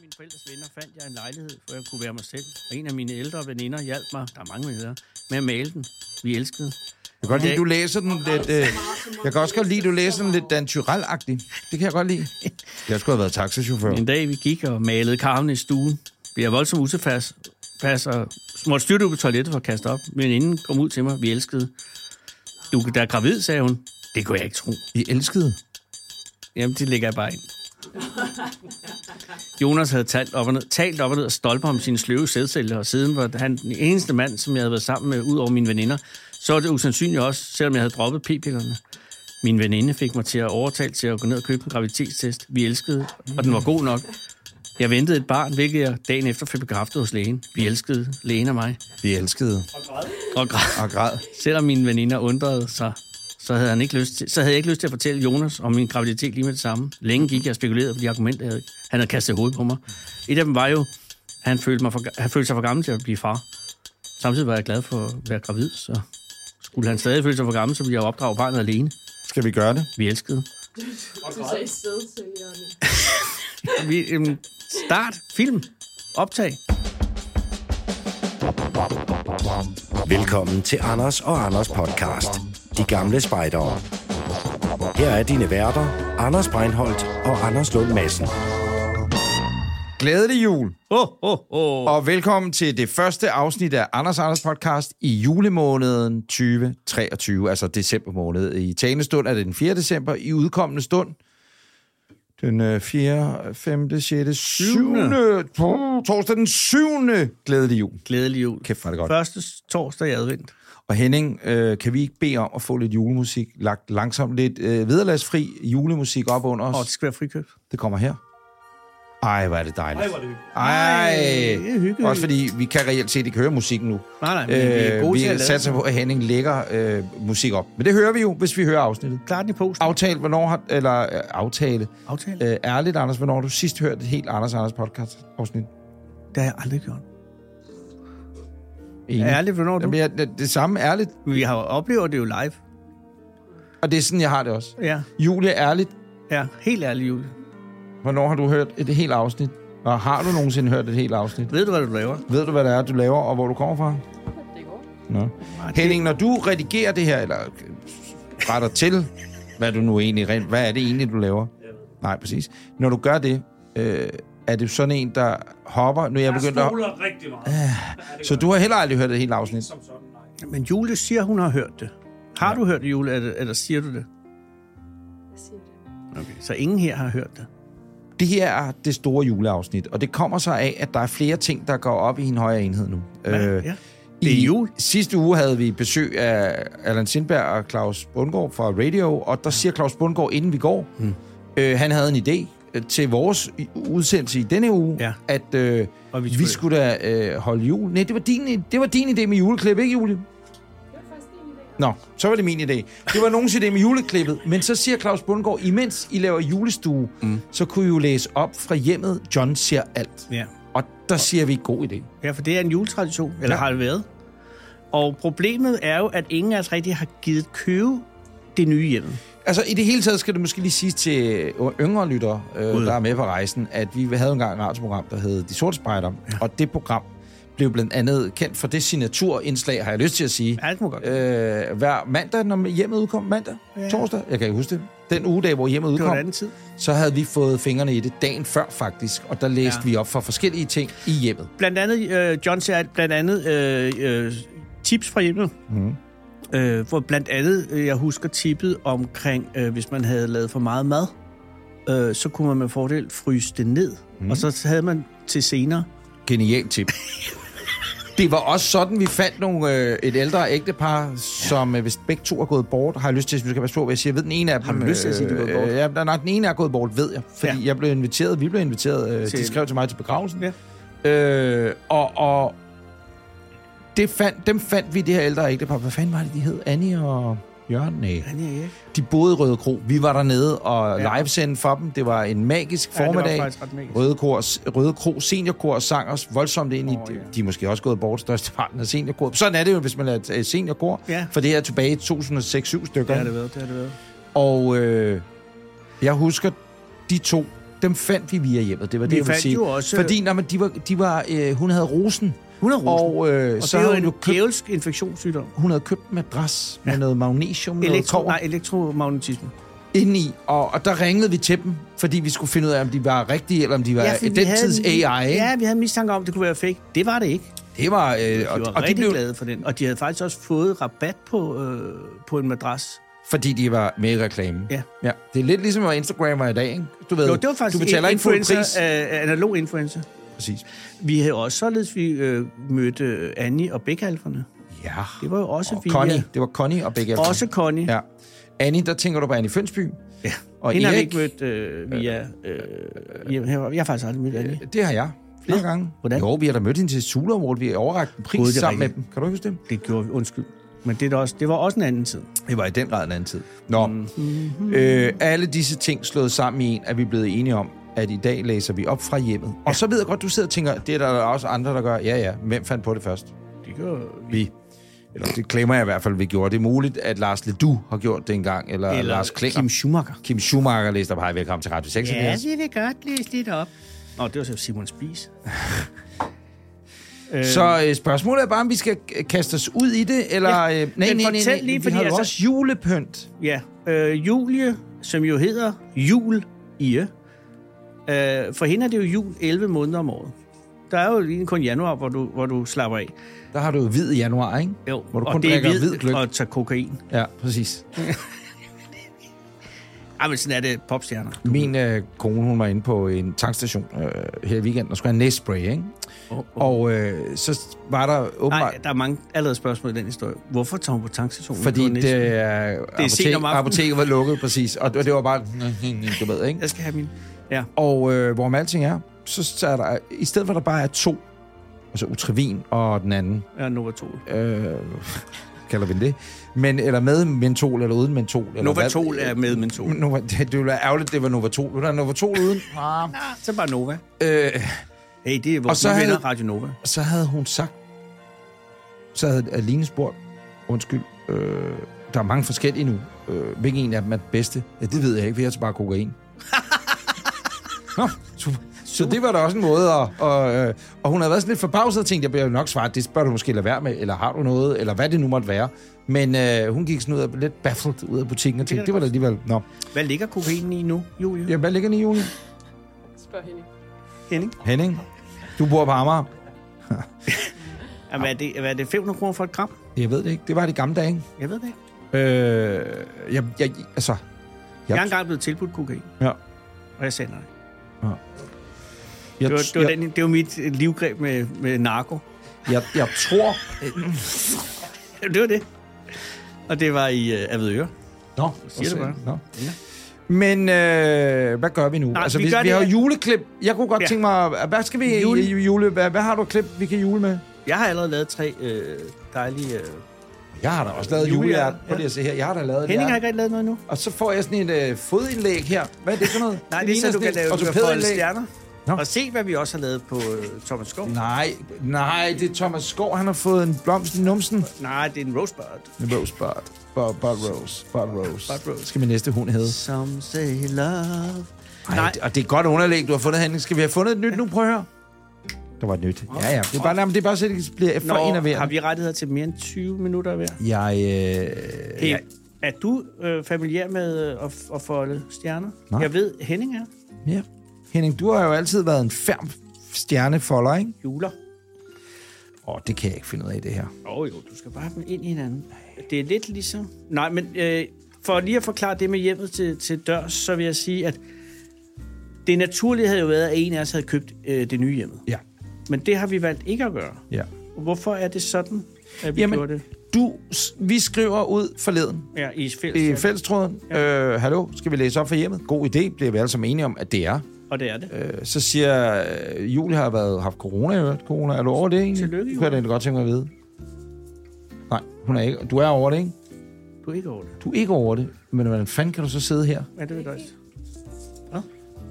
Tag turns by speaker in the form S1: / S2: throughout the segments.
S1: mine forældres venner fandt jeg en lejlighed, hvor jeg kunne være mig selv. Og en af mine ældre veninder hjalp mig, der er mange venner, med at male den. Vi elskede.
S2: Jeg kan godt lide, du læser den lidt... Øh, jeg kan også godt lide, du læser den lidt Dan Tyrell-agtig. Det kan jeg godt lide. Jeg skulle have været taxachauffør.
S1: En dag vi gik og malede karmen i stuen, blev jeg voldsomt utilfærds, pas og måtte styrte ud på toilettet for at kaste op. Men inden kom ud til mig, vi elskede. Du, der er gravid, sagde hun. Det kunne jeg ikke tro.
S2: I elskede.
S1: Jamen, det ligger jeg bare ind. Jonas havde talt op og ned, talt op og ned og stolper om sine sløve sædceller, og siden var han den eneste mand, som jeg havde været sammen med, ud over mine veninder. Så var det usandsynligt også, selvom jeg havde droppet p-pillerne. Min veninde fik mig til at overtale til at gå ned og købe en graviditetstest. Vi elskede, og den var god nok. Jeg ventede et barn, hvilket jeg dagen efter fik bekræftet hos lægen. Vi elskede lægen og mig.
S2: Vi elskede.
S1: Og græd.
S2: Og græd.
S1: Selvom mine veninder undrede sig, så havde, han ikke lyst til, så havde jeg ikke lyst til at fortælle Jonas om min graviditet lige med det samme. Længe gik jeg og spekulerede på de argumenter, jeg havde, han havde kastet i hovedet på mig. Et af dem var jo, at han følte, mig for, han følte sig for gammel til at blive far. Samtidig var jeg glad for at være gravid, så skulle han stadig føle sig for gammel, så ville jeg jo opdrage barnet alene.
S2: Skal vi gøre det?
S1: Vi elskede.
S3: Du sagde sædsælgerne.
S1: Vi, øhm, start, film, optag.
S4: Velkommen til Anders og Anders podcast. De gamle spejdere. Her er dine værter, Anders Breinholt og Anders Lund Madsen.
S2: Glædelig jul,
S1: Åh, åh, åh.
S2: og velkommen til det første afsnit af Anders Anders podcast i julemåneden 2023, altså december måned. I talende stund er det den 4. december, i udkommende stund den øh, 4., 5., 6., 7. Torsdag den 7. Glædelig jul.
S1: Glædelig jul.
S2: Kæft, var det godt.
S1: Første torsdag i advent.
S2: Og Henning, øh, kan vi ikke bede om at få lidt julemusik lagt langsomt, lidt øh, vederlagsfri julemusik op under os?
S1: Og det skal være frikøb.
S2: Det kommer her. Ej, hvor er det dejligt. Ej, hvor er det
S1: er
S2: Ej,
S1: hyggeligt.
S2: Også fordi vi kan reelt set ikke høre musikken nu. Øh,
S1: Nej, nej, men vi er gode
S2: vi
S1: til at lave
S2: satser på, at Henning lægger øh, musik op. Men det hører vi jo, hvis vi hører afsnittet.
S1: Klar den i posten.
S2: Aftale, hvornår har... Eller øh, aftale.
S1: Aftale.
S2: Øh, ærligt, Anders, hvornår har du sidst hørt et helt Anders Anders podcast afsnit?
S1: Det har jeg aldrig gjort. Ærligt, hvornår du...
S2: Jamen, jeg, det- det samme ærligt,
S1: Vi har oplever det jo live.
S2: og det er sådan, jeg har det også.
S1: Ja,
S2: Julie, ærligt,
S1: ja. Helt ærligt, Julie.
S2: Hvornår har du hørt et helt afsnit? Og har du nogensinde hørt et helt afsnit?
S1: Ved du, hvad du laver?
S2: Ved du, hvad det er, du laver, og hvor du kommer fra?
S3: Det går.
S2: Nå. Henning, når du redigerer det her, eller øh, retter til, hvad du nu egentlig, rent- hvad er det egentlig, du laver? Nej, præcis. Når du gør det, øh, er det sådan en, der hopper? Nu er jeg begyndt at... Ah,
S5: stoler rigtig meget.
S2: Så du har heller aldrig hørt et helt afsnit?
S5: Som sådan, nej.
S1: Men Julie siger, hun har hørt det. Har ja. du hørt det, Julie, eller, eller siger du det?
S3: Jeg siger det.
S1: Okay. Så ingen her har hørt det.
S2: Det her er det store juleafsnit, og det kommer så af, at der er flere ting, der går op i en højere enhed nu. Øh,
S1: Hvad? ja. Det er
S2: I
S1: jul.
S2: Sidste uge havde vi besøg af Allan Sindberg og Claus Bundgaard fra Radio, og der siger Claus Bundgaard, inden vi går, mm. øh, han havde en idé øh, til vores i- udsendelse i denne uge,
S1: Ja.
S2: at øh,
S1: Og vi
S2: vi,
S1: skulle-
S2: vi skulle da øh, holde jul. Nej, det var, din, det var din idé med juleklip, ikke Julie?
S3: Det var faktisk din idé.
S2: Nå, så var det min idé. Det var nogens idé med juleklippet, men så siger Claus Bundgaard, imens I laver julestue, mm. så kunne I jo læse op fra hjemmet, John ser alt.
S1: Ja.
S2: Og der siger vi, god idé.
S1: ja, for det er en juletradition, eller ja. har det været. Og problemet er jo, at ingen af os rigtig har givet købe det nye hjem.
S2: Altså, i det hele taget skal det måske lige siges til yngre lyttere, øh, der er med på rejsen, at vi havde engang et radioprogram, der hed De Sorte Spejder, ja. og det program blev blandt andet kendt for det signaturindslag, har jeg lyst til at sige.
S1: Ja, det må godt. Øh,
S2: Øh, hver mandag, når hjemmet udkom, mandag, ja. torsdag, jeg kan ikke huske det, den ugedag, hvor hjemmet
S1: det var
S2: udkom,
S1: en anden tid.
S2: så havde vi fået fingrene i det dagen før faktisk, og der læste
S1: Ja.
S2: ja. vi op for forskellige ting i hjemmet.
S1: Blandt andet, øh, John siger, alt, blandt andet øh, øh, tips fra hjemmet.
S2: Mhm.
S1: Mm. Øh, hvor blandt andet, øh, jeg husker tippet omkring, øh, hvis man havde lavet for meget mad, øh, så kunne man med fordel fryse det ned.
S2: Mhm.
S1: Mm. Og så havde man til senere.
S2: Genialt tip. Det var også sådan, vi fandt nogle, øh, et ældre ægtepar, som øh, hvis begge to er gået bort, har jeg lyst til, at vi skal passe på, hvad jeg siger. Jeg ved, den ene af dem...
S1: du lyst til at sige, de er gået bort?
S2: Øh, ja, nej, den ene er gået bort, ved jeg. Fordi
S1: Ja.
S2: ja. jeg blev inviteret, vi blev inviteret. Øh,
S1: Til-
S2: de skrev til mig til begravelsen. Ja. Øh, og, og det fandt, dem fandt vi, det her ældre ægtepar. Hvad fanden var det, de hed? Annie og Jørgen? Nej. De boede i Røde Kro. Vi var dernede og
S1: Ja.
S2: ja. livesendte for dem. Det var en magisk
S1: Ja, det var
S2: formiddag.
S1: faktisk ret magisk.
S2: Røde, Kors, Røde Kro seniorkor sang os voldsomt ind i...
S1: Åh,
S2: Oh,
S1: ja.
S2: ja. De er måske også gået bort størsteparten af seniorkor. Sådan er det jo, hvis man er et øh, seniorkor.
S1: Ja.
S2: For det er tilbage i 2006-7 stykker.
S1: Det har det været, det har det været.
S2: Og øh, jeg husker de to Dem fandt vi via hjemmet, det var det,
S6: Vi
S2: jeg ville
S6: fandt
S2: sige.
S6: jo også-
S2: Fordi når man, de var, de var, øh, hun havde rosen.
S6: Hun er rosen.
S2: Og, øh,
S6: Og
S2: så
S6: det er jo
S2: havde hun, jo
S6: en
S2: købt,
S6: kævelsk infektionssygdom.
S2: hun havde købt en madras med noget magnesium, noget
S6: Elektro,
S2: tår
S6: nej, elektromagnetisme.
S2: indeni. Og, og der ringede vi til dem, fordi vi skulle finde ud af, om de var rigtige, eller om de var ja,
S6: fordi
S2: den
S6: vi havde
S2: tids
S6: en-
S2: AI. Ikke?
S6: Ja, vi havde en mistanke om, at det kunne være fake. Det var det ikke.
S2: Det var, øh,
S6: De
S2: og,
S6: var og,
S2: og
S6: rigtig
S2: de blev,
S6: glade for den. Og de havde faktisk også fået rabat på, øh, på en madras.
S2: fordi de var med i reklamen.
S6: Ja.
S2: ja. Det er lidt ligesom, hvad Instagram var i dag, ikke? Du ved,
S6: Jo, det var faktisk
S2: du betaler
S6: en
S2: ikke fuld
S6: influencer,
S2: pris.
S6: Øh, analog influencer.
S2: Præcis.
S6: Vi havde også således, vi øh, mødte øh, Annie og Bækalferne.
S2: Ja.
S6: Det var jo også
S2: og
S6: via-
S2: Connie. Det var Connie og begge af
S6: Også Connie.
S2: Ja. Annie, der tænker du på Annie Fønsby.
S6: ja.
S2: Og
S6: Hende har vi
S2: Erik?
S6: ikke mødt øh, via... Øh, via jeg har faktisk aldrig mødt Annie.
S2: Det har jeg. Flere
S6: Nå,
S2: gange.
S6: hvordan?
S2: Jo, vi har da mødt hende til Sula-området. Vi har overragt en pris
S6: Gud, det er
S2: sammen med
S6: rigtigt.
S2: dem. Kan du huske det?
S6: Det gjorde vi, undskyld. Men det, er da også, det var også en anden tid.
S2: Det var i den grad en anden tid. Nå. Øh, alle disse ting slået sammen i en, er vi blevet enige om, at i dag læser vi op fra hjemmet. Og så ved jeg godt, du sidder og tænker, det er der også andre, der gør. Ja, ja. Hvem fandt på det først?
S6: Det gjorde vi.
S2: Vi. Eller det klemmer jeg i hvert fald, vi gjorde. Det er muligt, at Lars Ledoux har gjort det engang, eller, eller Lars Klinger.
S6: Kim Schumacher.
S2: Kim Schumacher læste op, hej, velkommen til Radio 6.
S6: vi vil godt læse lidt op. Nå, det var så Simon Spies. øh,
S2: Så øh, spørgsmålet er bare, om vi skal øh, kaste os ud i det, eller...
S6: Ja,
S2: Øh, nej, nej,
S6: men
S2: nej,
S6: fortæl
S2: nej,
S6: lige,
S2: vi
S6: fordi
S2: har jo
S6: altså-
S2: også julepynt.
S6: ja, øh, Julie, som jo hedder Jul i øh, for hende er det jo jul 11 måneder om året. Der er jo lige kun januar, hvor du, hvor du slapper af.
S2: Der har du jo hvid i januar, ikke?
S6: Jo,
S2: Hvor du
S6: og
S2: kun
S6: det er
S2: drikker hvid gløgg.
S6: og tager kokain.
S2: Ja, præcis.
S6: Ej, men sådan er det popstjerner.
S2: Min øh, kone, hun var inde på en tankstation øh, her i weekenden, og skulle have næsspray, ikke?
S6: Oh, oh.
S2: Og øh, så var der åbenbart...
S6: Nej, der er mange allerede spørgsmål i den historie. Hvorfor tager hun på tankstationen?
S2: fordi
S6: Kun
S2: det,
S6: næsten.
S2: øh, apotek,
S6: sent om aftenen.
S2: apoteket var lukket, præcis. Og det, det var bare... Du ved, ikke?
S6: Jeg skal have min... Ja.
S2: Og øh, hvorom alting er, så, så er der... I stedet for, at der bare er to, altså Utrevin og den anden,
S6: Ja, Novatol.
S2: øh, kalder vi den det, men, eller med mentol eller uden mentol. Eller
S6: Novatol
S2: hvad?
S6: er med mentol.
S2: Nova, det, det ville være ærgerligt, det var Novatol. Vil Du har Novatol uden. Ah.
S6: Ah, så bare Nova.
S2: øh,
S6: Hey, det er vores
S2: så
S6: nye
S2: havde-
S6: venner, Radio Nova.
S2: så havde hun sagt, så havde Aline spurgt, undskyld, øh, der er mange forskellige nu. Øh, hvilken en af dem er den bedste? Ja, det ved jeg ikke, for jeg tager bare kokain. Nå, super. Så det var da også en måde, at, og, øh, og hun havde været sådan lidt forbavset og tænkt, jeg bliver nok svaret, det spørger du måske lade være med, eller har du noget, eller hvad det nu måtte være. Men øh, hun gik sådan ud af, lidt baffled ud af butikken og tænkte, det var da alligevel, nå.
S6: Hvad ligger kokainen i nu, Julie?
S2: Ja, hvad ligger den i, Julie?
S3: Spørg hende.
S6: Henning?
S2: Henning, du bor på Amager.
S6: Ja. Hvad, er det, hvad er det, 500 kroner for et gram?
S2: Jeg ved det ikke, det var det i gamle dage, ikke?
S6: Jeg ved det ikke.
S2: Øh, jeg, jeg, altså,
S6: Jeg er engang blevet tilbudt kokain,
S2: Ja.
S6: og jeg sagde nej.
S2: Jeg,
S6: Det var, det var,
S2: jeg,
S6: den, det var mit øh, livgreb med, med narko.
S2: jeg, jeg tror...
S6: Ja, Det var det. Og det var i øh, Avedøre.
S2: Nå,
S6: siger det bare.
S2: Nå. Men øh, hvad gør vi nu?
S6: Nej,
S2: altså,
S6: vi
S2: vi,
S6: gør
S2: vi
S6: det-
S2: har jo juleklip. Jeg kunne godt ja.
S6: Ja.
S2: tænke mig, hvad skal vi jule?
S6: Jule.
S2: jule hvad, hvad har du klip, vi kan jule med?
S6: Jeg har allerede lavet tre øh, dejlige... Øh...
S2: Jeg har da også lavet
S6: Julehjerte.
S2: julehjert. Prøv
S6: Ja.
S2: lige at se her. Jeg har da lavet et
S6: Henning
S2: hjerte.
S6: har ikke rigtig lavet noget endnu.
S2: Og så får jeg sådan et øh, fodindlæg her. Hvad er det for noget?
S6: Nej, det er så, du kan lave du kan folde stjerner.
S2: Nå.
S6: Og se, hvad vi også har lavet på øh, Thomas Skov.
S2: Nej, nej, det er Thomas Skov. Han har fået en blomst i numsen.
S6: Nej, det er en rosebud.
S2: Rose Bud. Bud, Bud Rose. Bud Rose.
S6: Bud Rose.
S2: Skal min næste hund hedde.
S6: Some say love.
S2: Nej.
S6: Nej.
S2: Og det er godt underlæg, du har fundet, Henning. Skal vi have fundet et nyt nu? Prøv at høre. Der var et nyt. Ja, ja. Det er bare, nej, men det er bare så, det bliver for
S6: Nå,
S2: enerverende.
S6: har vi rettigheder til mere end 20 minutter hver?
S2: Jeg, øh,
S6: Hey,
S2: jeg,
S6: er du øh, familiær med øh, at, at folde stjerner?
S2: Nej.
S6: Jeg ved, Henning er
S2: ja. Henning, du har jo altid været en færm stjernefolder, ikke?
S6: juler.
S2: Åh, det kan jeg ikke finde ud af, det her.
S6: Åh oh, jo, du skal bare have dem ind i hinanden. Det er lidt ligesom... Nej, men øh, for lige at forklare det med hjemmet til, til dørs, så vil jeg sige, at det naturlige havde jo været, at en af os havde købt øh, det nye hjemmet.
S2: Ja,
S6: Men det har vi valgt ikke at gøre.
S2: ja.
S6: Hvorfor er det sådan, at vi
S2: Jamen,
S6: gjorde det
S2: Du, s- vi skriver ud forleden
S6: ja, i
S2: i
S6: fælles?
S2: fællestråden. Ja. Øh, hallo, skal vi læse op for hjemmet? God idé, bliver vi alle sammen enige om, at det er.
S6: Og det er det.
S2: Øh, så siger øh, Julie har været, haft corona i øvrigt. Corona, er du over det egentlig?
S6: Tillykke,
S2: Det kunne jeg da egentlig godt tænke mig at vide. Nej, hun er ikke. Du er over det, ikke?
S6: Du er ikke over det.
S2: Du er ikke over det, men hvordan fanden kan du så sidde her?
S6: Ja, det er det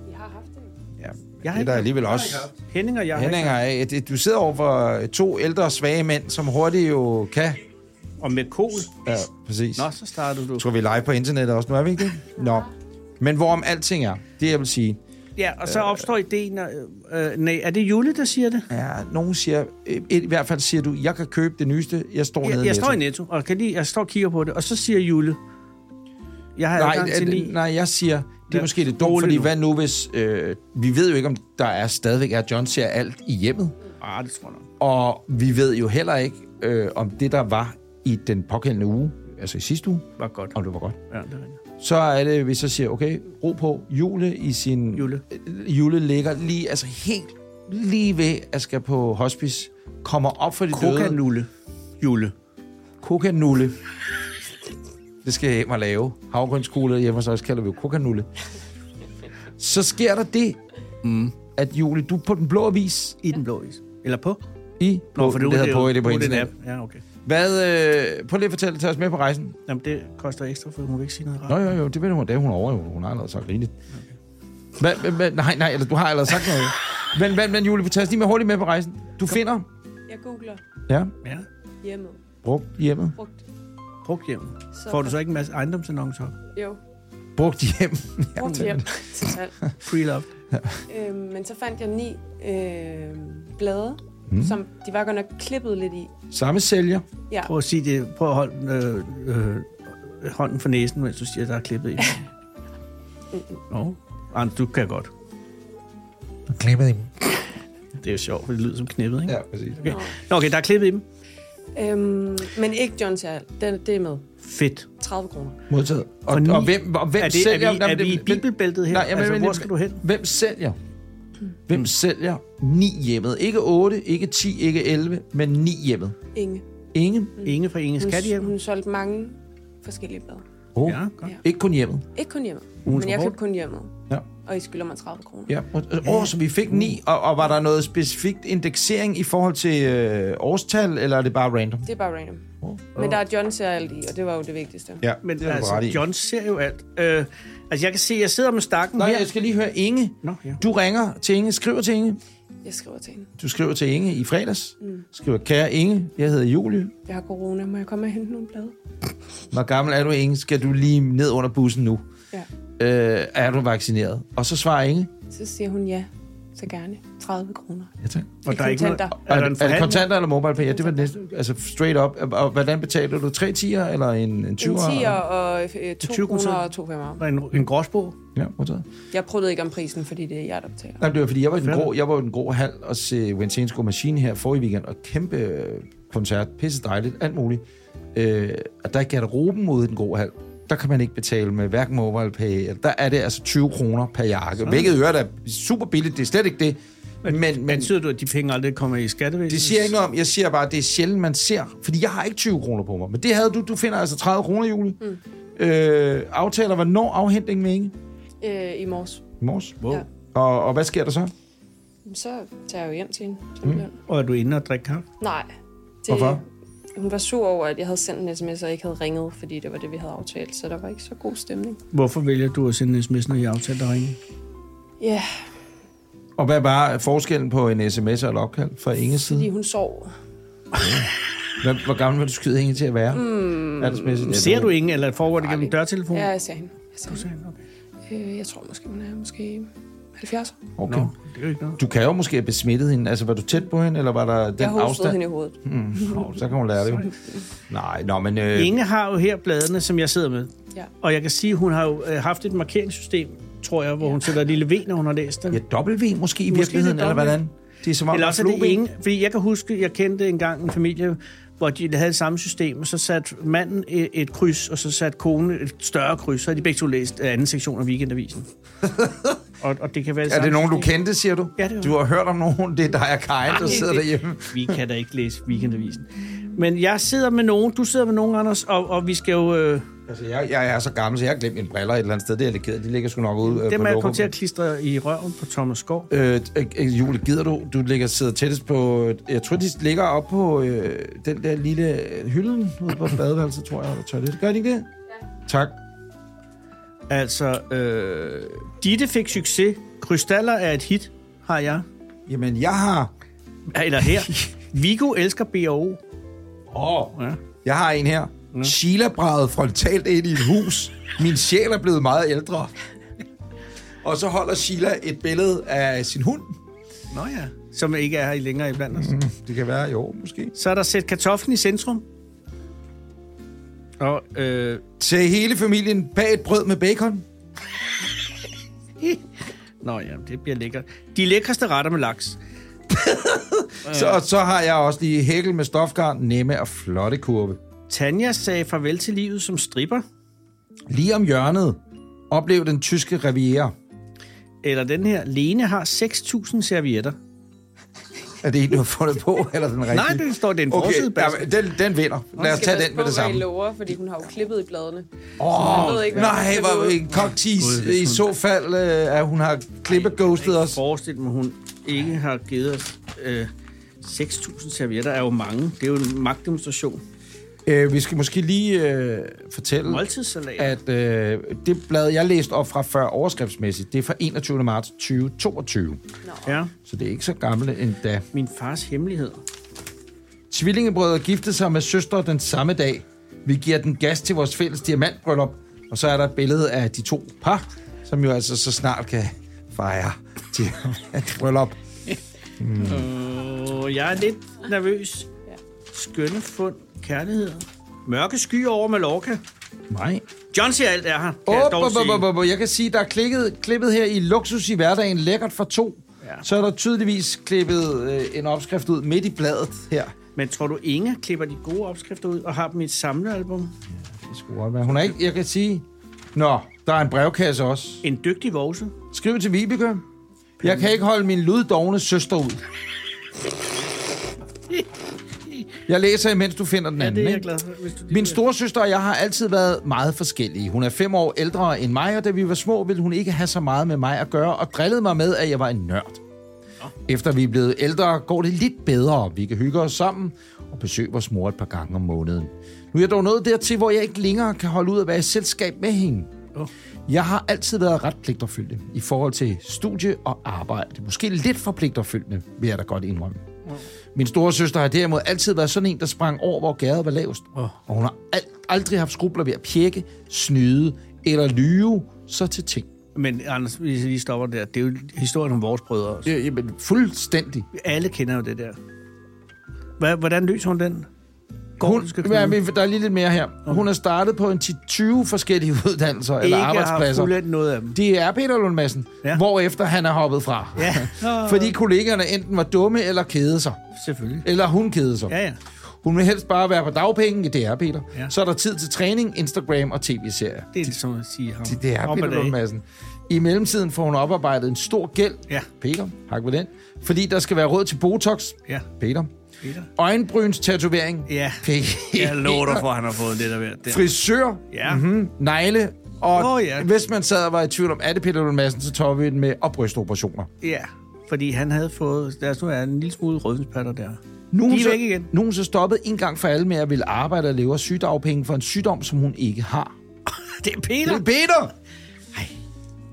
S3: Vi har haft det.
S2: Ja,
S6: Jeg har
S2: det er
S6: ikke-
S2: der alligevel også.
S6: Henning og jeg har
S2: Henning er, et- et- du sidder over for to ældre svage mænd, som hurtigt jo kan.
S6: ikke- Og med kål.
S2: Ja, præcis.
S6: Nå, så starter du.
S2: Jeg tror, vi er live på internettet også. Nu er vi ikke det? Nå. Men hvorom alting er, det jeg vil sige,
S6: Ja, og så opstår ideen, og, øh, nej, er det Jule, der siger det?
S2: Ja, nogen siger, øh, i hvert fald siger du, jeg kan købe det nyeste, jeg står nede
S6: Jeg,
S2: i
S6: jeg
S2: Netto.
S6: står i Netto, og kan lige, jeg står og kigger på det, og så siger Jule, jeg har
S2: Nej,
S6: adgang til
S2: øh,
S6: ni.
S2: nej, jeg siger, det er
S6: Ja,
S2: måske lidt dumt,
S6: rolig
S2: fordi
S6: nu.
S2: hvad nu hvis... Øh, vi ved jo ikke, om der er stadigvæk er, at John ser alt i hjemmet.
S6: Ah, det tror jeg nok.
S2: Og vi ved jo heller ikke, øh, om det, der var i den pågældende uge, altså i sidste uge,
S6: Var godt.
S2: om det var godt.
S6: Ja, det er rigtigt.
S2: Så er det, hvis jeg siger, okay, ro på, Jule i sin...
S6: Jule.
S2: Øh, Jule ligger lige, altså helt lige ved at skal på hospice, kommer op for de døde.
S6: Kokanulle. Jule.
S2: Kokanulle. Det skal jeg hjem og lave. Havgrønskole hjemme hos os kalder vi jo kokanulle. Så sker der det, mm. at Jule, du er på den blå avis
S6: I den blå is. Eller på?
S2: i... Nå,
S6: nu
S2: det, hedder
S6: jo-
S2: på, i det på
S6: nu en
S2: internet.
S6: app. Ja, okay.
S2: Hvad, øh, prøv lige at fortælle, tage os med på rejsen.
S6: Jamen, det koster ekstra, for hun vil ikke sige noget rart.
S2: Nå, jo, jo, det ved hun, det er hun over, jo. hun har allerede sagt rigeligt. Hvad, hvad, hvad, nej, nej, eller, du har allerede sagt noget. Men, men, men Julie, tag os lige med hurtigt med på rejsen. Du finder
S3: Jeg googler
S2: ja,
S6: Ja,
S3: hjemmet.
S2: brugt hjemmet.
S3: Brugt.
S6: brugt hjem. Får du så ikke en masse ejendomsannoncer?
S3: Jo,
S2: Brugt hjem.
S3: brugt hjem. til salg.
S6: Free love.
S3: øhm, men så fandt jeg ni øhm, blade, mm. som de var godt nok klippet lidt i.
S2: Samme sælger.
S3: Ja,
S6: Prøv at, sige det. Prøv at holde øh, øh, hånden for næsen, mens du siger, at der er klippet i. Nå, Anders, du kan godt.
S2: Klippet hjem.
S6: Det er jo sjovt, for det lyder som knippet, ikke?
S2: Ja, præcis.
S6: Okay. Nå, okay, der er klippet i dem.
S3: øhm, men ikke John Terrell. Det, det er med.
S6: Fedt.
S3: 30 kroner.
S2: Modtaget. Og,
S6: For ni-
S2: og, hvem, og hvem
S6: er, det,
S2: sælger...
S6: er, vi,
S2: Jamen,
S6: er vi i
S2: det-
S6: bibelbæltet her?
S2: Nej, jamen,
S6: altså,
S2: men-
S6: hvor skal du hen?
S2: Hvem sælger? Hvem sælger ni hjemmet? Ikke 8, ikke 10, ikke 11, men ni hjemmet.
S3: Inge.
S2: Ingen.
S6: Inge fra Inges
S2: Mm.
S3: Hun,
S6: Kattehjem.
S3: hun solgte mange forskellige blade.
S2: Oh.
S6: Ja, godt.
S3: Ja.
S2: Ikke kun hjemmet.
S3: Ikke kun hjemmet,
S6: Ugens
S3: men jeg
S6: rapport.
S3: købte kun hjemmet.
S2: Ja.
S3: Og I skylder mig 30 kroner.
S2: Ja, og, og, åh, så vi fik 9, og, og var der noget specifikt indeksering i forhold til øh, årstal, eller er det bare random?
S3: Det er bare random. Men der er John Terrell i, og det var jo det vigtigste.
S2: Ja,
S6: Men
S2: er du
S6: altså,
S2: ret i.
S6: John ser jo alt. Øh, altså, jeg kan se, jeg sidder med stakken
S2: Nå,
S6: her.
S2: jeg skal lige høre Inge.
S6: Nå, ja.
S2: Du ringer til Inge, skriver til Inge.
S3: Jeg skriver til hende.
S2: Du skriver til Inge i fredags. Skriver, kære Inge, jeg hedder Julie.
S3: Jeg har corona, må jeg komme og hente nogle blade?
S2: Hvor gammel er du, Inge? Skal du lige ned under bussen nu?
S3: Ja.
S2: Øh, er du vaccineret? Og så svarer Inge.
S3: Så siger hun ja, så gerne. 30 kroner.
S2: Ja, tak.
S6: Og
S3: Det
S6: der er ikke noget,
S3: kontanter.
S2: Er,
S6: er der
S2: er,
S6: en
S2: det, er det
S6: forhandling?
S2: kontanter eller mobile pay? Ja, det var det næste. Altså straight up. Og- Og hvordan betaler du? 3 tier eller en, en 20'er?
S3: En 10'er og øh, 2
S6: 20
S3: kroner
S6: kroner.
S3: og 2 femmer.
S6: Der er en, en gråsbog.
S2: Ja, modtaget.
S3: Jeg prøvede ikke om prisen, fordi det er jer, der betaler.
S2: Nej, det var fordi, jeg var i den
S6: Fair.
S2: grå, jeg var i den grå hal og se Wensensko Machine her forrige weekend, og kæmpe øh, koncert, pisse dejligt, alt muligt. Øh, og der er garderoben mod den grå hal. Der kan man ikke betale med hverken mobile pay. Der er det altså 20 kroner per jakke, Sådan. hvilket i øvrigt er super billigt, det er slet ikke det. Men, men, men
S6: Betyder du, at de penge aldrig kommer i skattevæsenet?
S2: det siger jeg ikke noget om. Jeg siger bare, at det er sjældent, man ser. Fordi jeg har ikke 20 kroner på mig. Men det havde du. Du finder altså 30 kroner, Julie. Mm. Øh, aftaler, hvornår afhentningen med Inge?
S3: Øh, I morges.
S2: I morges.
S6: Wow.
S3: Ja.
S2: Og, og hvad sker der så?
S3: Så tager jeg jo hjem til hende. Simpelthen. Mm.
S6: Og er du inde og drikke kaffe?
S3: Nej. Det,
S2: Hvorfor?
S3: Hun var sur over, at jeg havde sendt en sms og ikke havde ringet, fordi det var det, vi havde aftalt. Så der var ikke så god stemning.
S6: Hvorfor vælger du at sende en sms, når I aftaler at ringe?
S3: Ja, yeah,
S2: Og hvad var forskellen på en sms og et opkald fra Inges side?
S3: fordi hun sov.
S2: Hvor, hvor gammel vil du skyde Inge til at være? Mm. Er det smidt?
S6: Hmm. Ser du ingen, eller foregår det gennem dørtelefonen?
S3: Ja, jeg ser hende. Jeg, ser hende.
S6: Okay.
S3: Øh, jeg tror måske, hun er måske 70.
S2: Okay.
S6: Nå, det er jo ikke noget.
S2: Du kan jo måske have besmittet hende. Altså, var du tæt på hende, eller var der den
S3: Jeg har hostet
S2: afstand?
S3: hende i hovedet.
S2: Nå, så kan hun lære det jo. Nej, nå, men... Øh,
S6: Inge har jo her bladene, som jeg sidder med.
S3: Ja.
S6: Og jeg kan sige, at hun har jo øh, haft et markeringssystem, tror jeg, hvor hun sætter et lille V, når hun har læst dem.
S2: ja, W måske i
S6: Måske
S2: virkeligheden,
S6: det er
S2: eller
S6: W.
S2: hvordan? Det er som om,
S6: Eller
S2: der
S6: også er det
S2: flueben.
S6: ingen, fordi jeg kan huske, jeg kendte engang en familie, hvor de havde det samme system, og så satte manden et, et kryds, og så satte konen et større kryds, så havde de begge to læst øh, anden sektion af Weekendavisen. og, og det kan være det
S2: Er
S6: samme
S2: det nogen, du
S6: system.
S2: kendte, siger du?
S6: Ja, det var-
S2: Du har hørt om nogen. Det er dig og Kajen, der
S6: det-
S2: sidder
S6: det-
S2: derhjemme.
S6: Vi kan da ikke læse Weekendavisen. Men jeg sidder med nogen, du sidder med nogen, Anders, og, og vi skal jo... Øh,
S2: Altså, jeg, jeg er så gammel, så jeg har glemt mine briller et eller andet sted. Det er jeg lidt ked af. De ligger sgu nok ude øh,
S6: dem
S2: på
S6: er jeg
S2: lokum.
S6: kommet til at klistre i røven på Thomas Skov.
S2: Øh, øh, øh, Julie, gider du? Du ligger sidder tættest på... øh, Jeg tror, de ligger op på øh, den der lille øh, hylden ude på badeværelset, tror jeg, eller toilet. Gør de ikke det? Ja. Tak.
S6: Altså, øh, Ditte fik succes. Krystaller er et hit, har jeg.
S2: Jamen, jeg har...
S6: Eller her. Vigo elsker B&O.
S2: Åh,
S6: Ja.
S2: jeg har en her. Ja. Sheila bragede frontalt ind i et hus. Min sjæl er blevet meget ældre. Og så holder Sheila et billede af sin hund.
S5: Nå ja.
S6: som ikke er her i længere iblandt os.
S2: Det kan være i år, måske.
S6: Så er der sæt kartoflen i centrum. Og øh,
S2: Til hele familien bag et brød med bacon.
S6: Nå ja, det bliver lækkert. De lækreste retter med laks.
S2: Så, og så har jeg også lige hækkel med stofgarn, nemme og flotte kurve.
S6: Tanja sagde farvel til livet som stripper.
S2: Lige om hjørnet, oplev den tyske riviera.
S6: Eller den her, Lene har 6.000 servietter.
S2: Er det en, du har fundet på, eller den rigtige?
S6: Nej, det står, det er en
S2: Okay,
S6: forside, Basse.
S2: ja, den, den vinder. Lad os tage den med det samme.
S3: Jeg lover, fordi hun har jo klippet i bladene.
S2: Åh,
S3: Jeg ved ikke, hvad
S2: nej,
S3: hun skal
S2: hvor
S3: gå
S2: en kok
S6: Gud,
S2: tease.
S6: hvis
S2: I så
S6: hun-
S2: fald, øh, at hun har klippe-ghostet os.
S6: Forestil mig, hun ikke har givet os... Øh, 6.000 servietter er jo mange. Det er jo en magtdemonstration.
S2: Øh, vi skal måske lige øh, fortælle, at
S6: Måltidssalat.
S2: øh, det blad, jeg læste op fra før overskriftsmæssigt, det er fra 21. marts 2022.
S6: Ja,
S2: Så det er ikke så gammelt endda.
S6: min fars hemmelighed.
S2: Tvillingebrødre giftede sig med søstre den samme dag. Vi giver den gas til vores fælles diamantbryllup. Og så er der et billede af de to par, som jo altså så snart kan fejre diamantbryllup.
S6: Og jeg er lidt nervøs. Skønne fund, kærlighed. Mørke skyer over Mallorca.
S2: Nej.
S6: John siger alt er her. Kan jeg dog sige.
S2: Op, op, op, op. Jeg kan sige, der er klikket, klippet her i Luksus i hverdagen, lækkert for to.
S6: Ja.
S2: Ja. Så er der tydeligvis klippet øh, en opskrift ud midt i bladet her.
S6: Men tror du, Inge klipper de gode opskrifter ud og har dem i et samlealbum?
S2: Det skulle godt være. Hun er ikke, jeg kan sige... Nå, der er en brevkasse også.
S6: En dygtig vose.
S2: Skriv til Vibeke. Jeg kan ikke holde min luddogne søster ud. Jeg læser, imens du finder den
S6: Ja,
S2: anden.
S6: det er jeg
S2: ikke?
S6: glad for. Hvis du
S2: Min storesøster og jeg har altid været meget forskellige. Hun er fem år ældre end mig, og da vi var små, ville hun ikke have så meget med mig at gøre, og drillede mig med, at jeg var en nørd. Efter vi er blevet ældre, går det lidt bedre. Vi kan hygge os sammen og besøge vores mor et par gange om måneden. Nu er jeg dog nået dertil, hvor jeg ikke længere kan holde ud at være i selskab med hende. Jeg har altid været ret pligterfyldte i forhold til studie og arbejde. Måske lidt for pligterfyldende, vil jeg da godt indrømme. Min store søster har derimod altid været sådan en, der sprang over, hvor gæret var lavest. Og hun har al- aldrig haft skrubler ved at pjekke, snyde eller lyve så til ting.
S6: Men Anders, hvis jeg lige stopper der, det er jo historien om vores brødre også.
S2: Øh, Jamen, fuldstændig.
S6: Alle kender jo det der. Hva- Hvordan løser hun den? Går
S2: Hun,
S6: du skal
S2: ja,
S6: knude?
S2: men der er lige lidt mere her. Hun har startet på en 10-20 forskellige uddannelser eller
S6: Ikke har
S2: arbejdspladser.
S6: fuldendt noget af dem.
S2: Det er Peter Lund Madsen,
S6: Ja.
S2: ja. hvorefter han er hoppet fra.
S6: Ja.
S2: Fordi kollegerne enten var dumme eller kede sig.
S6: Selvfølgelig.
S2: Eller hun kede sig.
S6: Ja, ja.
S2: Hun vil helst bare være på dagpenge, det er Peter.
S6: Ja.
S2: Ja. Så er der tid til træning, Instagram og tv-serier.
S6: Det er som at sige ham.
S2: Det, det er
S6: Op
S2: Peter
S6: ad
S2: Lund
S6: af.
S2: Madsen. I mellemtiden får hun oparbejdet en stor gæld.
S6: Ja.
S2: Peter, hak ved den. Fordi der skal være råd til Botox.
S6: Ja,
S2: Peter.
S6: Peter.
S2: Øjenbryns tatovering.
S6: Ja.
S2: Peter.
S6: Jeg lover dig for, at han har fået det der ved. Der.
S2: Frisør.
S6: Ja.
S2: Mm, negle. Og
S6: Åh,
S2: oh,
S6: ja.
S2: ja. hvis man sad og var i tvivl om, er det Peter Lund Madsen, så tog vi den med oprystoperationer.
S6: ja. Fordi han havde fået... Der er nu er en lille smule rødvinspatter der.
S2: Nu er hun
S6: De er
S2: så,
S6: væk igen.
S2: Nu er hun så stoppet en gang for alle med at ville arbejde og leve af sygdagpenge for en sygdom, som hun ikke har.
S6: Det er Peter!
S2: Det er Peter!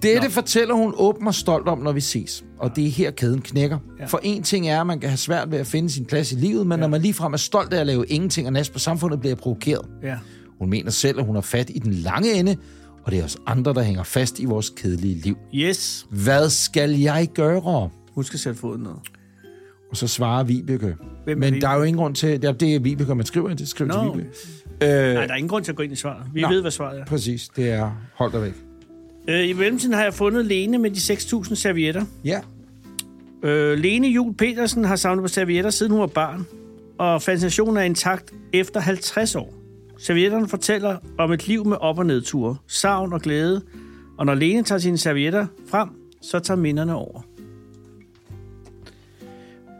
S2: Dette Nå. fortæller hun åben og stolt om, når vi ses. Og det er her, kæden knækker. Ja. For en ting er, at man kan have svært ved at finde sin plads i livet, men ja. når man ligefrem er stolt af at lave ingenting og næst på samfundet, bliver jeg provokeret.
S6: Ja.
S2: Hun mener selv, at hun har fat i den lange ende, og det er os andre, der hænger fast i vores kedelige liv.
S6: Yes.
S2: Hvad skal jeg gøre?
S6: Hun skal sætte foden ned.
S2: Og så svarer Vibeke.
S6: Hvem er
S2: Hvem Men
S6: Vibeke?
S2: der er jo ingen grund til... Ja, det er Vibeke, man skriver det. Skriv
S6: Nå.
S2: til Vibeke. Øh,
S6: Nej, der er ingen grund til at gå ind i svaret. Vi
S2: Nå.
S6: ved, hvad svaret er.
S2: Præcis, det er... Hold dig væk.
S6: Øh, I mellemtiden har jeg fundet Lene med de 6.000 servietter.
S2: Ja.
S6: Øh, Lene Jul Petersen har samlet på servietter, siden hun var barn. Og fascinationen er intakt efter 50 år. Servietterne fortæller om et liv med op- og nedture, savn og glæde. Og når Lene tager sine servietter frem, så tager minderne over.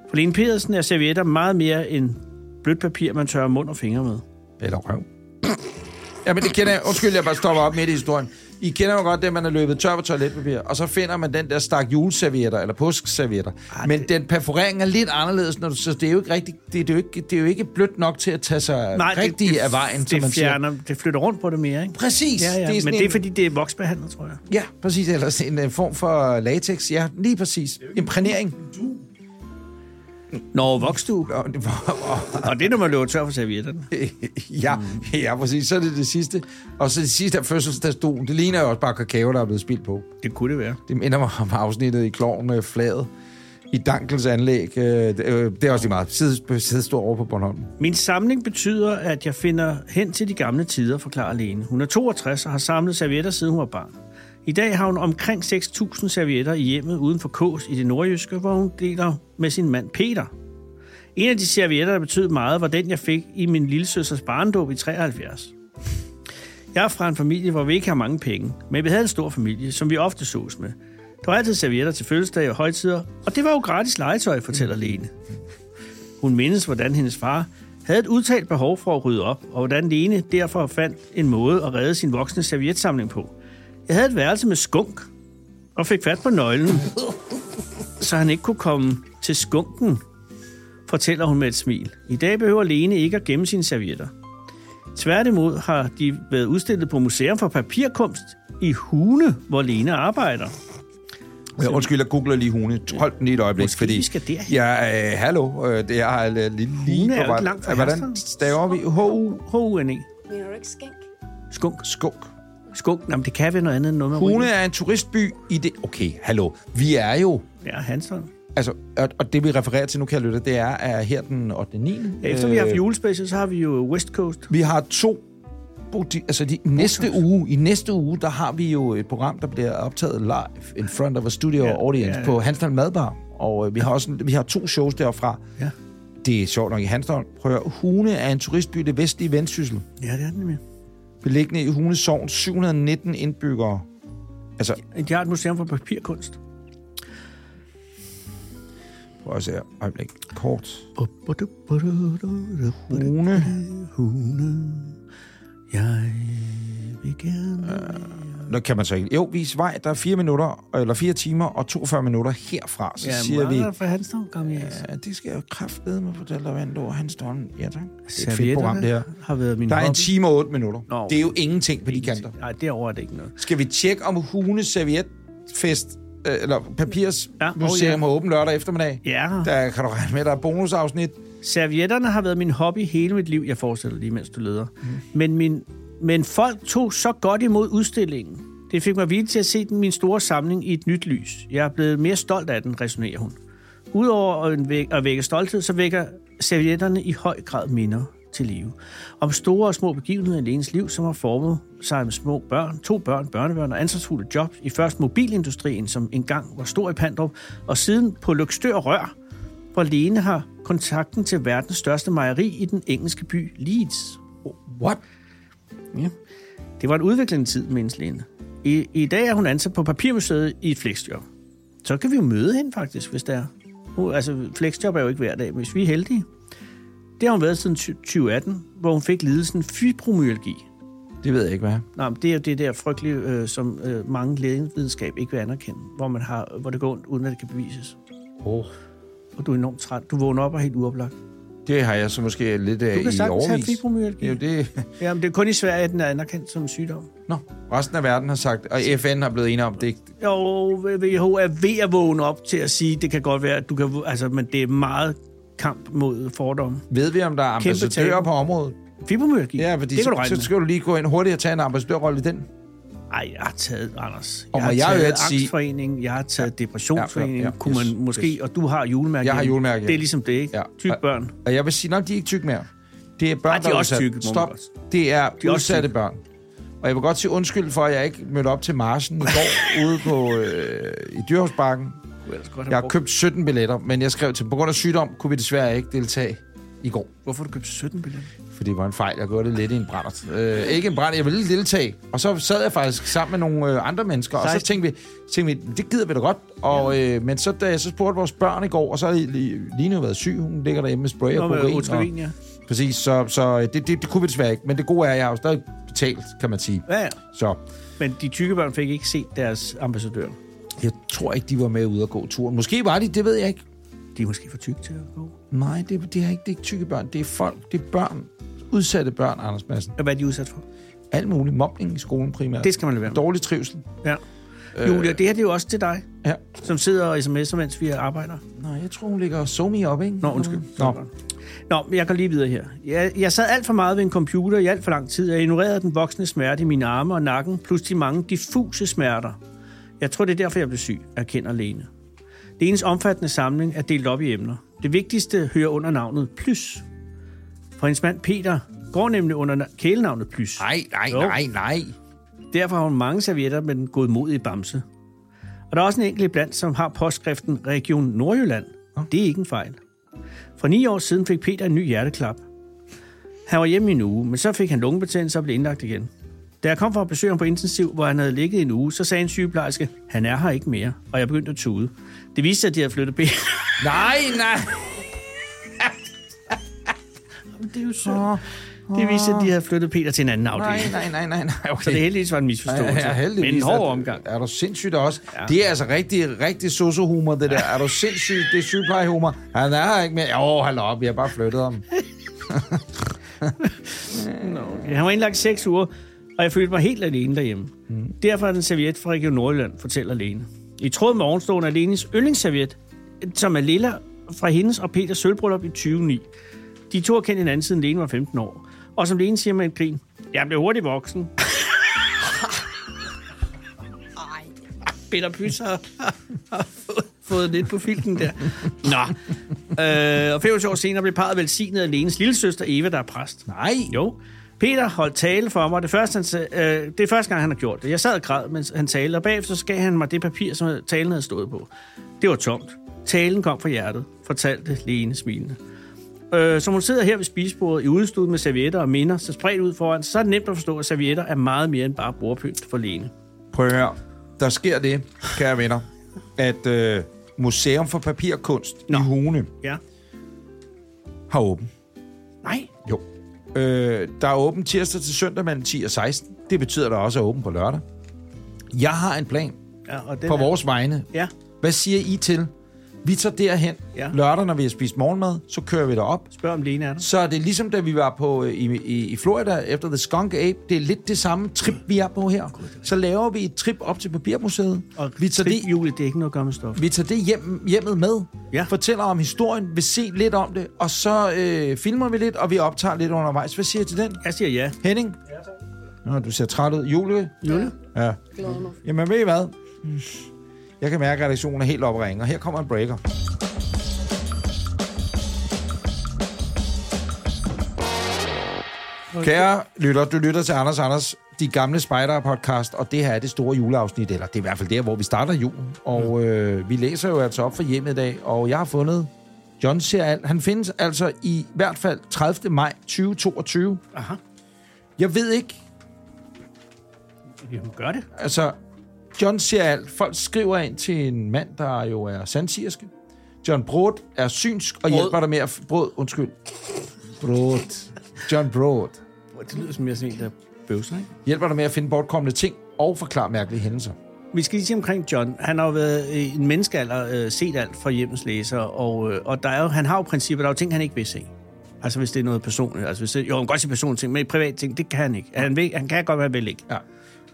S6: For Lene Petersen er servietter meget mere end blødt papir, man tørrer mund og fingre med.
S2: Eller røv. Ja, men det kender jeg. Undskyld, jeg bare stopper op midt i historien. I kender jo godt det, man er løbet tør på toiletpapir, og så finder man den der stak juleservietter, eller påskeservietter.
S6: Ah,
S2: Men den perforering er lidt anderledes, når du, så det er jo ikke rigtig, det, er jo ikke, det er jo ikke blødt nok til at tage sig Nej, rigtig det, af vejen,
S6: det,
S2: som man siger.
S6: fjerner, det flytter rundt på det mere, ikke?
S2: Præcis.
S6: Ja, ja. Det er men
S2: sådan
S6: det er
S2: en-
S6: fordi, det er voksbehandlet, tror jeg.
S2: Ja, præcis. Eller sådan en øh, form for latex. Ja, lige præcis. Imprænering.
S6: Nå, vokstue.
S2: Nå, det var-
S6: Og det er, når man løber tør for servietterne.
S2: ja, ja, præcis. Så er det det sidste. Og så det sidste af fødselsdagsdolen. Det ligner jo også bare kakao, der er blevet spildt på.
S6: Det kunne det være.
S2: Det minder mig om afsnittet i Kloven øh, Flaget. I Dankels anlæg. Øh, det, øh, det er også lige meget. Side, side står over på Bornholm.
S6: Min samling betyder, at jeg finder hen til de gamle tider, forklarer Lene. Hun er 62 og har samlet servietter siden hun var barn. I dag har hun omkring 6.000 servietter i hjemmet uden for Kås i det nordjyske, hvor hun deler med sin mand Peter. En af de servietter, der betød meget, var den, jeg fik i min lillesøsters barndåb i 73. Jeg er fra en familie, hvor vi ikke har mange penge, men vi havde en stor familie, som vi ofte sås med. Der var altid servietter til fødselsdage og højtider, og det var jo gratis legetøj, fortæller Lene. Hun mindes, hvordan hendes far havde et udtalt behov for at rydde op, og hvordan Lene derfor fandt en måde at redde sin voksne servietsamling på. Jeg havde et værelse med skunk, og fik fat på nøglen, så han ikke kunne komme til skunken, fortæller hun med et smil. I dag behøver Lene ikke at gemme sine servietter. Tværtimod har de været udstillet på Museum for Papirkunst i Hune, hvor Lene arbejder.
S2: Ja, undskyld, jeg googler lige Hune. Hold den lige et øjeblik,
S6: Måske
S2: fordi...
S6: vi skal derhen.
S2: Ja, øh, hallo. Øh, det er øh, lige, lige
S6: Hune er
S2: på
S6: jo
S2: vej. Øh,
S6: ikke langt fra
S2: Hvordan
S6: Herstad.
S2: staver vi? H-U.
S6: H-U-N-E.
S3: Mener du ikke skænk?
S6: E. Skunk.
S2: Skunk.
S6: Skunk. Jamen, det kan være noget andet end noget med
S2: Hune
S6: ryger.
S2: er en turistby i det... Okay, hallo. Vi er jo...
S6: Ja, Hansen.
S2: Altså, og, og det vi refererer til nu, kan jeg lytte, det er, at her den 8. 9.
S6: Efter vi har
S2: Øh.
S6: haft julespecial, så har vi jo West Coast.
S2: Vi har to buti- altså de, næste uge, i næste uge, der har vi jo et program, der bliver optaget live in front of a studio
S6: Ja,
S2: ja, audience
S6: ja,
S2: ja,
S6: ja.
S2: på Hansdal Madbar. Og øh, vi har også en- vi har to shows derfra.
S6: Ja.
S2: Det er sjovt nok i Hansdal. Prøv at høre, Hune er en turistby i det vestlige Vendsyssel,
S6: Ja, det er den nemlig.
S2: beliggende i Hune Sogn, 719 indbyggere. Altså,
S6: De har et museum for papirkunst.
S2: prøv at se her, øjeblik, kort. Hune.
S6: Jeg vil gerne...
S2: Nå, kan man så ikke. Jo, vis vej, der er fire minutter, eller fire timer og 42 minutter herfra, så ja, siger vi...
S6: Ja, fra Hansen, kom jeg.
S2: Ja, det skal jeg jo kraftedeme fortælle dig, Vando og Hans Dollen. Ja, tak. Det er et fedt program, det her.
S6: Servietterne har været min
S2: Der er en
S6: hobby.
S2: time og 8 minutter.
S6: Nå.
S2: Det er jo ingenting på de kanter.
S6: Nej, derovre er det ikke noget.
S2: Skal vi tjekke, om Hune Servietfest, øh, eller Papirs
S6: Ja,
S2: ja,
S6: åh
S2: Museum
S6: ja.
S2: har åbent lørdag eftermiddag?
S6: Ja,
S2: Der kan du regne med, der er bonusafsnit.
S6: servietterne har været min hobby hele mit liv, jeg fortsætter lige, mens du leder. Men, min, men folk tog så godt imod udstillingen. Det fik mig vildt til at se den, min store samling i et nyt lys. Jeg er blevet mere stolt af den, resonerer hun. Udover at vække, at vække stolthed, så vækker servietterne i høj grad minder til live. Om store og små begivenheder i ens liv, som har formet sig med små børn, to børn, børnebørn og ansvarsfulde jobs i først mobilindustrien, som engang var stor i Pandrup, og siden på Lykstør Rør, hvor Lene har kontakten til verdens største mejeri i den engelske by Leeds.
S2: What?
S6: Ja. Det var en udviklende tid, mens Lene. I, I dag er hun ansat på Papirmuseet i et flexjob. Så kan vi jo møde hende faktisk, hvis der er. Hun, altså, flexjob er jo ikke hver dag, men hvis vi er heldige. Det har hun været siden ty- 2018, hvor hun fik lidelsen fibromyalgi.
S2: Det ved jeg ikke, hvad er.
S6: Nej, men det er jo det der frygtelige, øh, som øh, mange lægevidenskab ikke vil anerkende, hvor, man har, hvor det går ondt, uden at det kan bevises.
S2: Oh.
S6: Og du er enormt træt. Du vågner op og er helt uoplagt.
S2: Det har jeg så måske lidt af
S6: Du kan
S2: Øh, i
S6: sagtens have
S2: overvis.
S6: fibromyalgi.
S2: Jo, det...
S6: Ja, men det er kun i Sverige, at den er anerkendt som en sygdom.
S2: Nå, resten af verden har sagt, og FN har blevet enige om, det ikke
S6: Jo, WHO er ved at vågne op til at sige, det kan godt være, at du kan... Altså, men det er meget kamp mod fordomme.
S2: Ved vi, om der er
S6: Kæmpe
S2: ambassadører
S6: tabu.
S2: på området?
S6: Fibromyalgi,
S2: Ja, fordi
S6: det kan
S2: så,
S6: du regne
S2: så skal du lige gå ind hurtigt og tage en ambassadørrolle i den.
S6: med. Ej, jeg har taget, Anders.
S2: Og
S6: jeg har
S2: må jeg jo
S6: taget
S2: ikke sige-
S6: angstforeningen, jeg har taget depressionsforeningen,
S2: ja, ja,
S6: ja, ja,
S2: ja.
S6: kunne man
S2: Yes,
S6: måske...
S2: yes.
S6: Og du har julemærke.
S2: Jeg har
S6: hjemme.
S2: julemærke
S6: Det er
S2: hjemme.
S6: ligesom det, ikke?
S2: Ja.
S6: Tyk børn.
S2: Og jeg vil sige, at de er ikke tykke mere. Det er børn,
S6: Ej, de er
S2: der
S6: også
S2: udsat.
S6: tykke, må man
S2: Stop.
S6: godt sige.
S2: Det er,
S6: De er
S2: de
S6: også
S2: udsatte
S6: tykke.
S2: børn. Og jeg vil godt sige undskyld for, at jeg ikke mødte op til marchen i går ude på, øh, i Dyrhavsbakken. Jeg har købt 17 billetter, men jeg skrev til, på grund af sygdom kunne vi desværre ikke deltage i går.
S6: Hvorfor har du købt 17 billetter?
S2: Fordi det var en fejl. Jeg gjorde det lidt i en brændert. Øh, ikke en brændert, jeg ville deltage. Og så sad jeg faktisk sammen med nogle øh, andre mennesker, og så
S6: 16.
S2: tænkte vi, tænkte vi, det gider vi da godt. Og, øh, men så, da jeg så spurgte vores børn i går, og så har Line jo været syg, hun ligger derhjemme med spray
S6: Nå,
S2: og
S6: med
S2: kokain. Og,
S6: Otrivin, ja.
S2: præcis, så, så øh, det, det, det, kunne vi desværre ikke. Men det gode er, at jeg har jo stadig betalt, kan man sige.
S6: Ja, ja.
S2: Så
S6: Men de tykke børn fik ikke set deres ambassadør.
S2: jeg tror ikke, de var med ude at gå turen. Måske var de, det ved jeg ikke.
S6: De er måske for tykke til at gå.
S2: Nej, det, det, er ikke, det er ikke tykke børn. Det er folk, det er børn. Udsatte børn, Anders Madsen.
S6: Hvad er de udsat for?
S2: Alt muligt. Mobning i skolen primært.
S6: Det skal man lade være med.
S2: Dårlig trivsel.
S6: Ja. Øh. Julia, det her det er jo også til dig,
S2: Ja.
S6: som sidder og sms'er, mens vi arbejder.
S2: Nej, jeg tror, hun ligger somi op, ikke?
S6: Nå, undskyld.
S2: Nå.
S6: Nå, men jeg går lige videre her. Jeg, jeg sad alt for meget ved en computer i alt for lang tid. Jeg ignorerede den voksne smerte i mine arme og nakken, plus de mange diffuse smerter. Jeg tror, det er derfor, jeg blev syg, erkender Lene. Det ens omfattende samling er delt op i emner. Det vigtigste hører under navnet Plys. For hendes mand Peter går nemlig under na- kælenavnet Plys.
S2: Nej, nej,
S6: Jo.
S2: nej, nej.
S6: Derfor har hun mange servietter med den godmodige bamse. Og der er også en enkelt blandt, som har påskriften Region Nordjylland. Det er ikke en fejl. For ni år siden fik Peter en ny hjerteklap. Han var hjemme i en uge, men så fik han lungebetændelse og blev indlagt igen. Da jeg kom for at besøge ham på intensiv, hvor han havde ligget i en uge, så sagde en sygeplejerske, han er her ikke mere, og jeg begyndte at tude. Det viste sig, at de havde flyttet ben.
S2: Nej, nej.
S6: det er jo sødt. Det viste sig, at de havde flyttet Peter til en anden
S2: Nej,
S6: afdeling.
S2: nej, nej, nej, nej. Okay.
S6: Så det heldigvis var en misforståelse.
S2: Ja, heldigvis.
S6: men en hård
S2: Er-
S6: omgang.
S2: Er du sindssygt også? Ja. Det er altså rigtig, rigtig socio-humor, det der. Er du sindssygt? Det er sygeplejehumor. Han er her ikke mere. Åh, oh, hold op, vi har bare flyttet ham.
S6: Ja, Han var indlagt i seks uger, og jeg følte mig helt alene derhjemme. Mm. Derfor er den serviet fra Region Nordjylland, fortæller Lene. I tråd med ovenstående er Lenes yndlingsserviet, som er lilla fra hendes og Peters sølvbryllup i 2009. De to har kendt hinanden siden Lene var 15 år. Og som Lene siger med et grin, jeg blev hurtigt voksen. Peter Pys har, har fået- fået lidt på filten der. Nå. Øh, og 25 år senere blev parret velsignet af Lenes lille søster Eva, der er præst.
S2: Nej.
S6: Jo. Peter holdt tale for mig. Det, første, han, sag- øh, det er første gang, han har gjort det. Jeg sad og græd, mens han talte, og bagefter så gav han mig det papir, som talen havde stået på. Det var tomt. Talen kom fra hjertet, fortalte Lene smilende. Øh, som hun sidder her ved spisebordet i udstået med servietter og minder, så spredt ud foran, så er det nemt at forstå, at servietter er meget mere end bare bordpynt for Lene.
S2: Prøv at høre. Der sker det, kære venner, at øh, Museum for Papirkunst Nå.
S6: Nå.
S2: i Hune
S6: Ja.
S2: har åbent.
S6: Nej.
S2: Jo. Øh, der er åbent tirsdag til søndag mellem 10 og 16. Det betyder, at der også er åbent på lørdag. Jeg har en plan
S6: Ja, og den
S2: på
S6: er-
S2: vores vegne.
S6: Ja.
S2: Hvad siger I til? Vi tager derhen ja.
S6: Ja.
S2: lørdag, når vi har spist morgenmad. Så kører vi derop.
S6: Spørg om Lene er der.
S2: Så er det ligesom, da vi var på øh, i, i, i Florida efter The Skunk Ape. Det er lidt det samme trip, vi er på her. Så laver vi et trip op til Papirmuseet.
S6: Og
S2: vi, tager det,
S6: Julie, det er ikke noget at gøre med stof.
S2: vi tager det hjem, hjemmet med.
S6: Ja.
S2: Fortæller om historien. Vil se lidt om det. Og så øh, filmer vi lidt, og vi optager lidt undervejs. Hvad siger I til den?
S6: Jeg siger ja.
S2: Henning? Ja, tak. Nå, du ser træt ud. Julie?
S6: Julie?
S2: Ja.
S3: Glæder mig.
S2: Jamen, ved I hvad? Mm. Jeg kan mærke, at redaktionen er helt oppe at ringe, og her kommer en breaker. Kære lytter, du lytter til Anders Anders, de gamle Spider-podcast, og det her er det store juleafsnit, eller det er i hvert fald der, hvor vi starter julen. Og øh, vi læser jo altså op for hjemmet i dag, og jeg har fundet John ser alt. Han findes altså i hvert fald 30. maj 2022.
S6: Aha.
S2: Jeg ved ikke,
S6: Jamen, gør det.
S2: altså, John ser alt. Folk skriver ind til en mand, der jo er sandsigerske. John Brod er synsk og
S6: Brod.
S2: hjælper dig med at... f- Brod, undskyld. Brod. John Brod.
S6: Det lyder som, jeg sådan en, der bøvser, ikke?
S2: Hjælper dig med at finde bortkommende ting og forklare mærkelige hændelser.
S6: Vi skal lige sige omkring John. Han har jo været øh, en menneskealder, øh, set alt fra hjemmets læser, og, øh, og der er jo, han har jo principper, der er jo ting, han ikke vil se. Altså hvis det er noget personligt. Altså, hvis det, jo, han kan godt se personlige ting, men privat ting, det kan han ikke. Han, vil, han kan godt være vel ikke.
S2: Ja.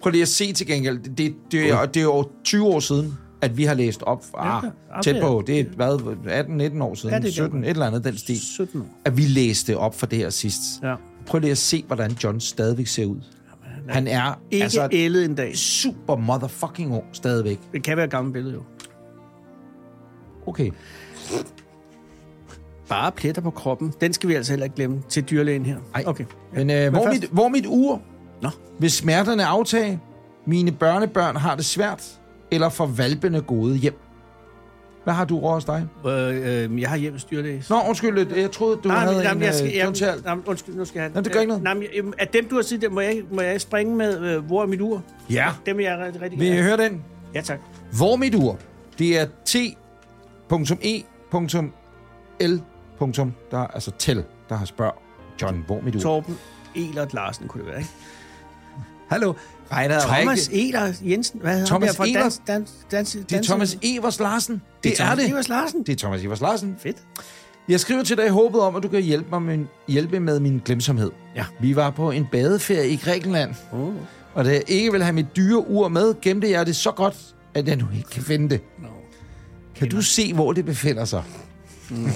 S2: Prøv lige at se til gengæld. Det, det, det, er, det er jo 20 år siden, at vi har læst op. Ah,
S6: ja.
S2: tæt på. Det er hvad, 18-19 år siden.
S6: Ja, det er der.
S2: 17, et eller andet den stil.
S6: 17 år.
S2: At vi læste op for det her sidst.
S6: Ja.
S2: Prøv lige at se, hvordan John stadigvæk ser ud. Han er
S6: Ikke
S2: altså
S6: altså, ældet en dag.
S2: super motherfucking ung stadigvæk.
S6: Det kan være et gammelt billede jo.
S2: Okay.
S6: Bare pletter på kroppen. Den skal vi altså heller ikke glemme til dyrlægen her.
S2: Ej.
S6: Okay.
S2: Men øh, hvor,
S6: først-
S2: mit, hvor mit ur?
S6: Nå.
S2: Vil smerterne aftage? Mine børnebørn har det svært? Eller får valpene gode hjem? Hvad har du over hos dig?
S6: Øh, øh, jeg har hjemmets dyrlæge.
S2: Nå, undskyld, øh, jeg troede, du
S6: Nej,
S2: havde
S6: men, jamen,
S2: en
S6: jeg skal,
S2: øh, John
S6: jamen,
S2: til alt.
S6: jamen, undskyld, nu skal jeg...
S2: Nå, det gør ikke noget.
S6: Øh, nej, men, jamen, af dem, du har siddet der, må jeg, må jeg springe med, øh, hvor er mit ur?
S2: Ja.
S6: Dem vil jeg rigtig, rigtig
S2: Vil I
S6: gerne.
S2: høre den?
S6: Ja, tak.
S2: Hvor mit ur? Det er E t.e.l. Der er altså tel, der har spørg. John, hvor mit ur?
S6: Torben Elert Larsen kunne det være, ikke?
S2: Hallo. Regner
S6: Thomas Elert Jensen, hvad hedder
S2: Thomas
S6: han der fra
S2: Ehlers?
S6: dans, dans, dans,
S2: Det er Thomas Evers Larsen. Det,
S6: Det er Thomas
S2: det.
S6: Evers Larsen.
S2: Det er Thomas Evers Larsen.
S6: Fedt.
S2: Jeg skriver til dig i håbet om, at du kan hjælpe, mig med, hjælpe med min glemsomhed.
S6: Ja.
S2: Vi var på en badeferie i Grækenland,
S6: Oh.
S2: Og da jeg ikke ville have mit dyre ur med, gemte jeg det så godt, at jeg nu ikke kan finde det.
S6: Nå.
S2: Kan du se, hvor det befinder sig? Mm.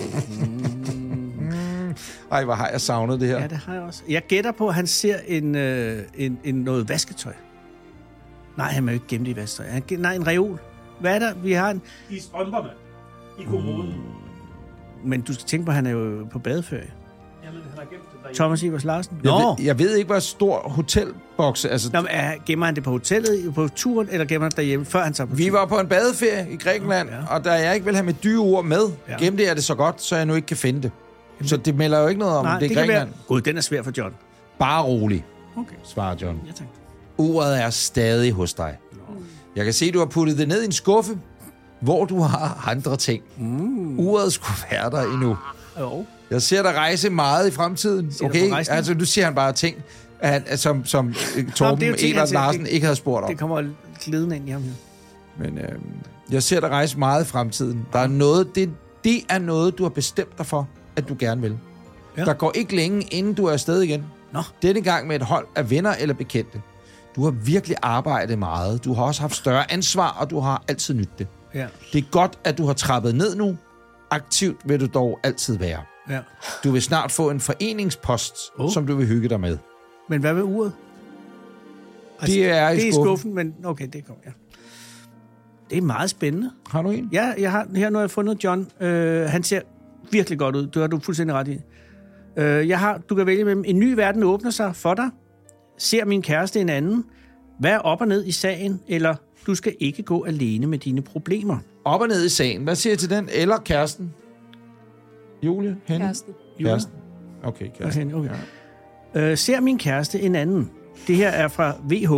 S2: Ej, hvor har jeg savnet det her.
S6: Ja, det har jeg også. Jeg gætter på, at han ser en, øh, en, en noget vasketøj. Nej, han er jo ikke gemt i vasketøj. Han, ge- nej, en reol. Hvad er der? Vi har en...
S5: I strømper, mand. I kommoden. Mm.
S6: Men du skal tænke på, at han er jo på badeferie.
S5: Jamen, han har gemt det derinde.
S6: Thomas Ivers Larsen.
S2: Jeg,
S6: Nå!
S2: ved, jeg ved ikke, hvor stor hotelbokse... Altså,
S6: Nå men, er, gemmer han det på hotellet, på turen, eller gemmer han det derhjemme, før han tager på
S2: Vi
S6: turen?
S2: var på en badeferie i Grækenland, ja.
S6: Ja.
S2: og da jeg ikke ville have mit dyre ur med, ja.
S6: Ja.
S2: gemte jeg det så godt, så jeg nu ikke kan finde det. Så det melder jo ikke noget om, Nej, det er
S6: kan
S2: Grækenland.
S6: være...
S2: Være...
S6: Gud, den er svær for John.
S2: Bare rolig,
S6: Okay.
S2: svarer John.
S6: Ja, tak.
S2: Uret er stadig hos dig. Jeg kan se, du har puttet det ned i en skuffe, hvor du har andre ting. Mm. Uret skulle være der endnu.
S6: Jo.
S2: Jeg ser dig rejse meget i fremtiden.
S6: du
S2: Okay,
S6: på rejsning?
S2: altså nu siger han bare ting, at, som, som øh, Torben
S6: det er
S2: Nå,
S6: jo ting, han
S2: Elert
S6: siger.
S2: Larsen ikke havde spurgt om.
S6: Det kommer glidende ind i ham her.
S2: Men øh, jeg ser dig rejse meget i fremtiden. Der er noget, det, det er noget, du har bestemt dig for, at du gerne vil. Ja.
S6: Ja.
S2: Der går ikke længe, inden du er afsted igen.
S6: Nå.
S2: Denne gang med et hold af venner eller bekendte. Du har virkelig arbejdet meget. Du har også haft større ansvar, og du har altid nydt det.
S6: Ja,
S2: Det er godt, at du har trappet ned nu. Aktivt vil du dog altid være.
S6: ja.
S2: Du vil snart få en foreningspost, oh.
S6: Oh.
S2: som du vil hygge dig med.
S6: Men hvad med uret? Altså,
S2: Det er i
S6: det er i
S2: skuffen.
S6: skuffen, men okay, det kommer, ja. Det er meget spændende.
S2: Har du en?
S6: Ja, jeg har, her nu har jeg fundet John. Øh, han ser virkelig godt ud. Det har du fuldstændig ret i. Øh, jeg har, du kan vælge mellem, en ny verden åbner sig for dig. Ser min kæreste en anden? Hvad er op og ned i sagen? Eller du skal ikke gå alene med dine problemer.
S2: Op og ned i sagen. Hvad siger jeg til den? Eller kæresten? Julie? Henne?
S3: Kæresten.
S6: Jura?
S2: Kæresten. Okay, kæresten.
S6: Okay, okay. Øh, ser min kæreste en anden? Det her er fra VH.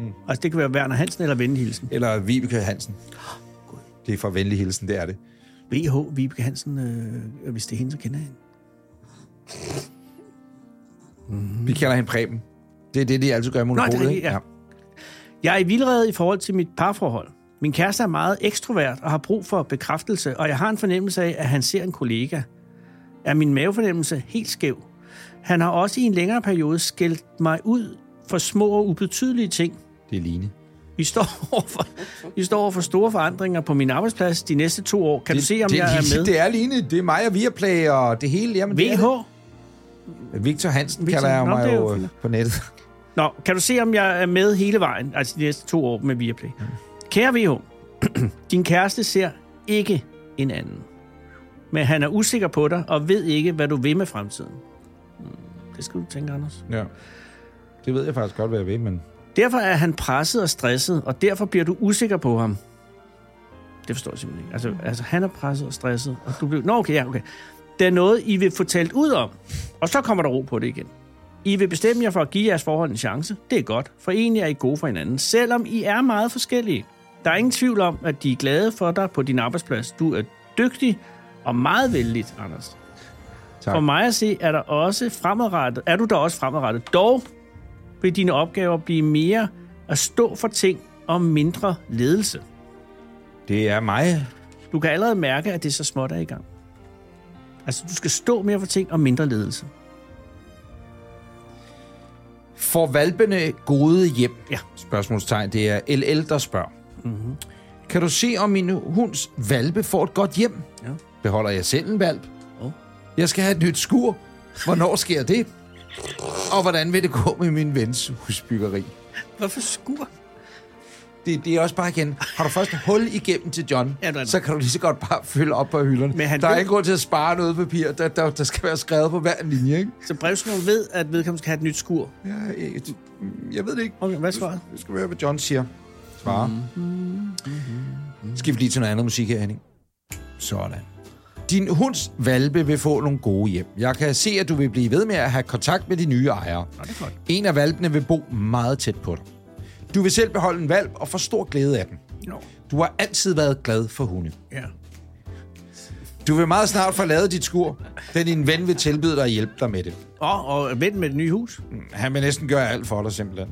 S6: Mm. Altså, det kan være Werner Hansen eller Vendehilsen.
S2: Eller Vibeke Hansen. Det er fra venlig hilsen, det er det.
S6: Mm. VH, Vibeke Hansen, øh, hvis det er hende, så kender jeg hende.
S2: Vi kalder hende Preben. Det er det, de altid gør i
S6: Nå, det
S2: Monopolet,
S6: er
S2: ikke?
S6: rigtigt, ja. Jeg er i vildrede i forhold til mit parforhold. Min kæreste er meget ekstrovert og har brug for bekræftelse, og jeg har en fornemmelse af, at han ser en kollega. Er min mavefornemmelse helt skæv? Han har også i en længere periode skældt mig ud for små og ubetydelige ting.
S2: Det er Line.
S6: Vi står overfor, vi står overfor store forandringer på min arbejdsplads de næste to år. Kan det, du se, om
S2: det,
S6: jeg
S2: det,
S6: er med?
S2: Det er Line. Det er mig og Viaplay og det hele. Jamen, det er
S6: VH?
S2: det. Victor Hansen
S6: Victor-
S2: Victor. kalder jeg
S6: Nå, det
S2: mig
S6: er
S2: jo,
S6: jo
S2: øh,
S6: fint.
S2: på nettet.
S6: Nå, kan du se, om jeg er med hele vejen, altså de næste to år med Viaplay? Kære VH, din kæreste ser ikke en anden. Men han er usikker på dig og ved ikke, hvad du vil med fremtiden. Hmm, Det skal du tænke, Anders.
S2: Ja. Det ved jeg faktisk godt, hvad jeg ved, men...
S6: Derfor er han presset og stresset, og derfor bliver du usikker på ham. Det forstår jeg simpelthen ikke. Altså, altså han er presset og stresset, og du bliver... Nå, okay, ja, okay. Det er noget, I vil få talt ud om, og så kommer der ro på det igen. I vil bestemme jer for at give jeres forhold en chance. Det er godt, for egentlig er I gode for hinanden, selvom I er meget forskellige. Der er ingen tvivl om, at de er glade for dig på din arbejdsplads. Du er dygtig og meget vældig, Anders.
S2: Tak.
S6: For mig at se, er, der også fremadrettet, er du der også fremadrettet. Dog vil dine opgaver blive mere at stå for ting og mindre ledelse.
S2: Det er mig.
S6: Du kan allerede mærke, at det så småt er i gang. Altså, du skal stå mere for ting og mindre ledelse.
S2: Får valpene gode hjem?
S6: Ja. Mhm.
S2: Spørgsmålstegn. Det er LL, der spørger. Mm-hmm. Kan du se, om min hunds valpe får et godt hjem?
S6: Ja.
S2: Beholder jeg selv en valp?
S6: Oh.
S2: Jeg skal have et nyt skur. Hvornår sker det? Og hvordan vil det gå med min vens husbyggeri?
S6: Hvorfor skur?
S2: Det, det er også bare igen. Har du først hul igennem til John,
S6: Ja, det er det.
S2: så kan du lige så godt bare fylde op på hylderne.
S6: Men han
S2: der er
S6: ved-
S2: ingen grund til at spare noget papir. Der, der, der skal være skrevet på hver linje, ikke?
S6: Så brevskriveren ved, at vedkommende skal have et nyt skur.
S2: Jeg, jeg, jeg ved det ikke.
S6: Okay, hvad er svaret?
S2: Vi skal høre, hvad John siger. Svarer.
S6: Mm-hmm.
S2: Skift lige til noget andet musik her, Henning. Sådan. Din hunds valpe vil få nogle gode hjem. Jeg kan se, at du vil blive ved med at have kontakt med de nye ejere.
S6: Nå, det er godt.
S2: En af valpene vil bo meget tæt på dig. Du vil selv beholde en valp og få stor glæde af den.
S6: Nå.
S2: Du har altid været glad for hunde.
S6: Ja.
S2: Du vil meget snart forlade dit skur, da din ven vil tilbyde dig at hjælpe dig med det.
S6: Og, og vent med det nye hus.
S2: Han vil næsten gøre alt for dig, simpelthen.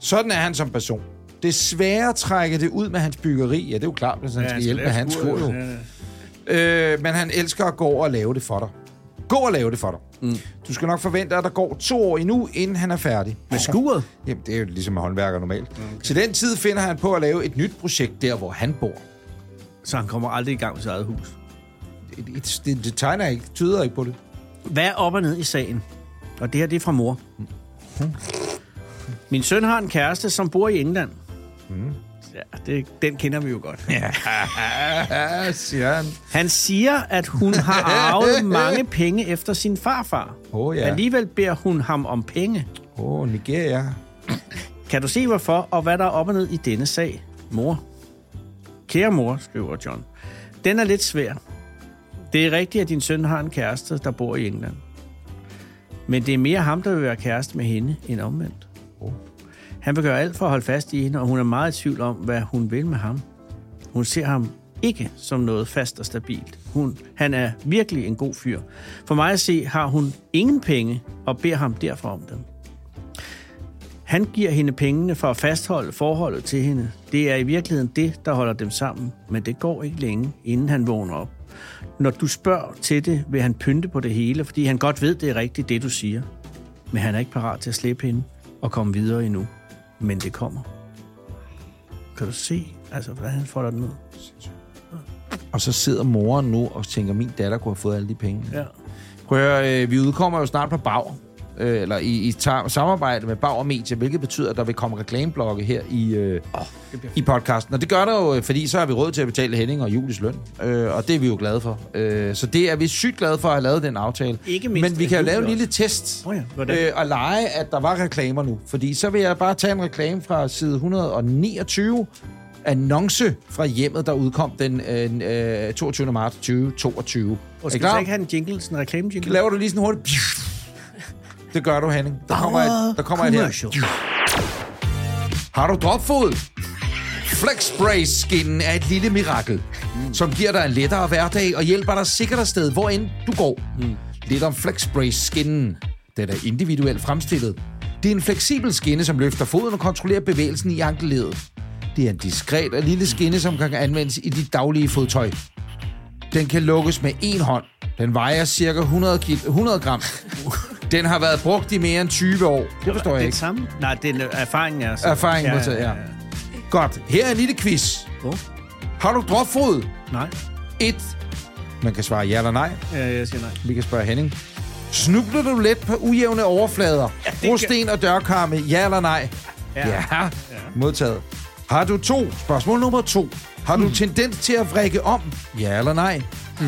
S2: Sådan er han som person. Desværre trækker det ud med hans byggeri. Ja, det er jo klart, hvis han ja, skal hjælpe med hans skur. jo.
S6: Ja, ja.
S2: Øh, men han elsker at gå over og lave det for dig. gå og lave det for dig. Mm. Du skal nok forvente, at der går to år endnu, inden han er færdig.
S6: Med skuret?
S2: Jamen, det er jo ligesom med håndværker normalt. Okay. Til den tid finder han på at lave et nyt projekt der, hvor han bor.
S6: Så han kommer aldrig i gang med sit eget hus.
S2: Det, det, det, det tegner ikke, tyder ikke på det.
S6: Hvad er op og ned i sagen? Og det her, det er fra mor. Min søn har en kæreste, som bor i England. Mm. Ja, det, den kender vi jo godt.
S2: Ja, siger han.
S6: Han siger, at hun har arvet mange penge efter sin farfar.
S2: Åh, ja.
S6: Alligevel beder hun ham om penge.
S2: Åh, oh, Nigeria.
S6: Kan du se hvorfor, og hvad der er op og ned i denne sag, mor? Kære mor, skriver John, den er lidt svær. Det er rigtigt, at din søn har en kæreste, der bor i England. Men det er mere ham, der vil være kæreste med hende, end omvendt. Han vil gøre alt for at holde fast i hende, og hun er meget i tvivl om, hvad hun vil med ham. Hun ser ham ikke som noget fast og stabilt. Hun, han er virkelig en god fyr. For mig at se har hun ingen penge og beder ham derfor om dem. Han giver hende pengene for at fastholde forholdet til hende. Det er i virkeligheden det, der holder dem sammen, men det går ikke længe, inden han vågner op. Når du spørger til det, vil han pynte på det hele, fordi han godt ved, det er rigtigt, det du siger. Men han er ikke parat til at slippe hende og komme videre endnu. Men det kommer. Kan du se, altså, hvordan han folder den ud?
S2: Og så sidder moren nu og tænker, min datter kunne have fået alle de penge.
S6: Ja.
S2: Prøv at høre, øh, vi udkommer jo snart på Bauer, øh, eller i, i ta- samarbejde med Bauer Media, hvilket betyder, at der vil komme reklameblokke her i, øh, oh, i podcasten. Og det gør der jo, øh, fordi så har vi råd til at betale Henning og Julies løn, øh, og det er vi jo glade for. Øh, så det er vi sygt glade for at have lavet den aftale.
S6: Ikke mindst
S2: Men vi kan jo
S6: med
S2: lave en
S6: Julie
S2: lille test
S6: Åh ja, hvordan?
S2: øh, og lege, at der var reklamer nu. Fordi så vil jeg bare tage en reklame fra side 129, annonce fra hjemmet, der udkom den øh, øh, 22. marts 2022.
S6: Og
S2: Er I
S6: skal vi
S2: klar?
S6: så ikke have en jingle, sådan en reklame jingle?
S2: Laver du lige sådan hurtigt? Det gør du, Henning. Der kommer et, der kommer et her. Har du dropfod? Flexbrace skinnen er et lille mirakel, som giver dig en lettere hverdag og hjælper dig sikkert afsted, hvor end du går. Lidt om Flexbrace skinnen. Den er individuelt fremstillet. Det er en fleksibel skinne, som løfter foden og kontrollerer bevægelsen i ankelledet. Det er en diskret og lille skinne, som kan anvendes i dit daglige fodtøj. Den kan lukkes med én hånd. Den vejer cirka 100, kil- 100 gram. Den har været brugt i mere end 20 år. Det forstår jeg
S6: Det
S2: ikke.
S6: samme? Nej, det er erfaringen, altså.
S2: Erfaring ja, modtaget, ja. Godt. Her er en lille quiz.
S6: Hvor?
S2: Har du dropfod?
S6: Nej,
S2: Et. Man kan svare ja eller nej.
S6: øh, jeg siger nej.
S2: Vi kan spørge Henning. Snubler du let på ujævne overflader? Ja,
S6: kan-
S2: Brosten og dørkarme, ja eller nej? Ja. ja. Modtaget. Har du to? Spørgsmål nummer to. Har du tendens til at vrikke om? Ja eller nej? Mm.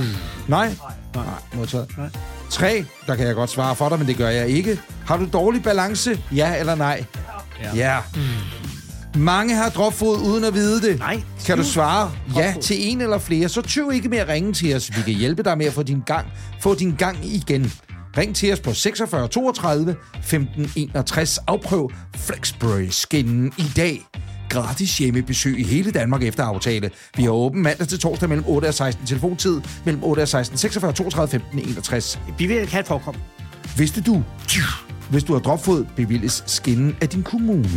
S2: Nej? Nej. Modtaget.
S6: Nej.
S2: Tre. Der kan jeg godt svare for dig, men det gør jeg ikke. Har du dårlig balance? Ja eller nej?
S6: Ja.
S2: Ja. Mm. Mange har dropfod uden at vide det.
S6: Nej. Mm.
S2: Kan du svare ja til en eller flere, så tøv ikke med at ringe til os. Vi kan hjælpe dig med at få din gang, få din gang igen. Ring til os på 46 32 15 61. Afprøv Flexbray-skinnen i dag. Gratis hjemmebesøg i hele Danmark efter aftale. Vi har åben mandag til torsdag mellem 8 og 16 telefontid, mellem 8 og 16, 46, 32, 15, 61.
S6: Vi vil ikke have et forekom.
S2: Vidste du, hvis du har dropfod, bevilles skinnen af din kommune.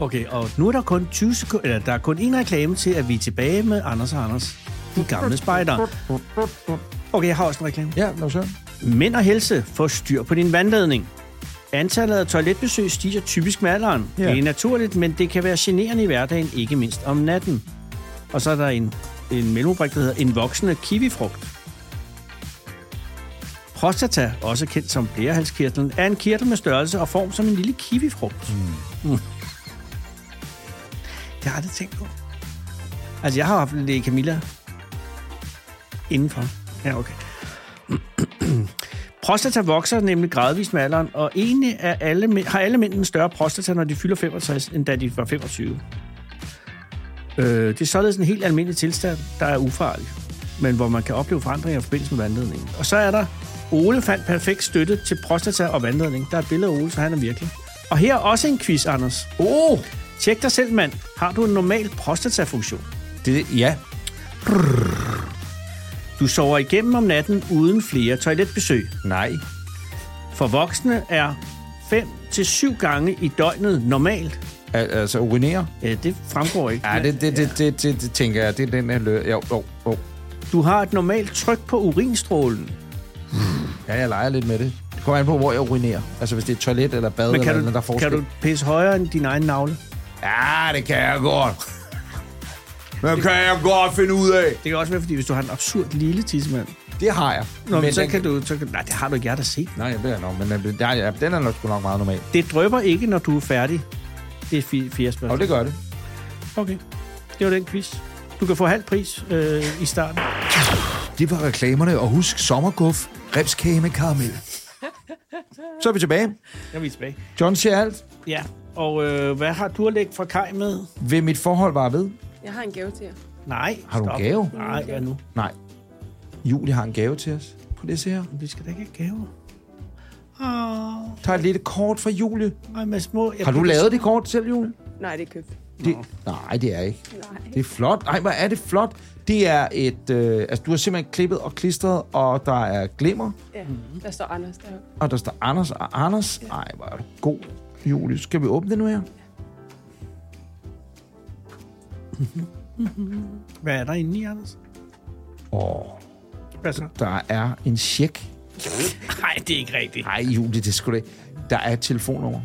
S6: Okay, og nu er der kun 20 sekunder, eller der er kun en reklame til, at vi er tilbage med Anders og Anders, de gamle spejder. Okay, jeg har også en reklame.
S2: Ja, lad os høre.
S6: Mænd og helse, få styr på din vandladning. Antallet af toiletbesøg stiger typisk med alderen.
S2: Ja.
S6: Ja. Det er naturligt, men det kan være generende i hverdagen, ikke mindst om natten. Og så er der en, en mellemrubrik, der hedder en voksende kiwifrugt. Prostata, også kendt som blærehalskirtlen, er en kirtel med størrelse og form som en lille kiwifrugt. Mm. Det har jeg aldrig tænkt på. Altså, jeg har haft læge Camilla indenfor. Ja, okay. Prostata vokser nemlig gradvist med alderen, og egentlig er alle, mæ- har alle mænd en større prostata, når de fylder 65, end da de var 25. Øh, det er således en helt almindelig tilstand, der er ufarlig, men hvor man kan opleve forandringer i forbindelse med vandledningen. Og så er der Ole fandt perfekt støtte til prostata og vandledning. Der er et billede af Ole, så han er virkelig. Og her er også en quiz, Anders.
S2: Oh!
S6: Tjek dig selv, mand. Har du en normal prostatafunktion?
S2: Det, ja,
S6: Du sover igennem om natten uden flere toiletbesøg.
S2: nej,
S6: For voksne er 5-7 gange i døgnet normalt.
S2: Al- altså urinere.
S6: Øh, Det fremgår ikke.
S2: Ja, det, det, det, det, det, det tænker jeg. Det er den her lø... Jo, jo, jo.
S6: Du har et normalt tryk på urinstrålen.
S2: Ja, jeg leger lidt med det. Det kommer an på, hvor jeg urinerer. Altså, hvis det er et toilet eller bad
S6: Men
S2: eller
S6: kan
S2: andet, der er
S6: du,
S2: forskel.
S6: kan du pisse højere end din egen navle?
S2: Ja, det kan jeg godt. Men kan jeg godt finde ud af.
S6: Det kan også være, fordi hvis du har en absurd lille tissemand,
S2: Det har jeg.
S6: Nå, men så
S2: den-
S6: kan du... Så kan, nej, det har du ikke. Jeg har da set.
S2: Nej, jeg ved jeg nok, men den, der, ja, den er nok sgu nok meget normal.
S6: Det drøber ikke, når du er færdig. Det er fi- fire
S2: Og
S6: spørgsmål.
S2: det gør det.
S6: Okay. Det var den quiz. Du kan få halv pris øh, i starten.
S2: Det var reklamerne, og husk sommerguf, ripskage med karamel. Så er vi tilbage.
S6: Jeg er tilbage.
S2: John siger alt.
S6: Ja, og øh, hvad har du at lægge fra Kaj med?
S2: Ved mit forhold var ved.
S3: Jeg har en gave til jer.
S6: Nej,
S2: Har du en
S6: stop.
S2: gave?
S6: Nej, hvad nu?
S2: Nej. Julie har en gave til os. Prøv lige at se her.
S6: Vi skal da ikke have gaver. Åh,
S2: Tag et lille kort fra Julie.
S6: nej, med små... Jeg
S2: Har du
S6: kan-
S2: lavet det kort selv, Julie?
S3: Nej, det er købt.
S2: Det, nej, det er ikke. Det er flot. Nej, hvor er det flot. Det er et... Øh, altså, du har simpelthen klippet og klistret, og der er glimmer,
S3: Ja, der står Anders deroppe.
S2: og der står Anders og Anders. Nej, hvor er du god, Julie. Skal vi åbne det nu her?
S6: Hvad er der inde i, Anders?
S2: Åh,
S6: Hvad så?
S2: der er en check.
S6: Nej, det er ikke rigtigt.
S2: Nej, Julie, det skulle det. Der er et telefonnummer.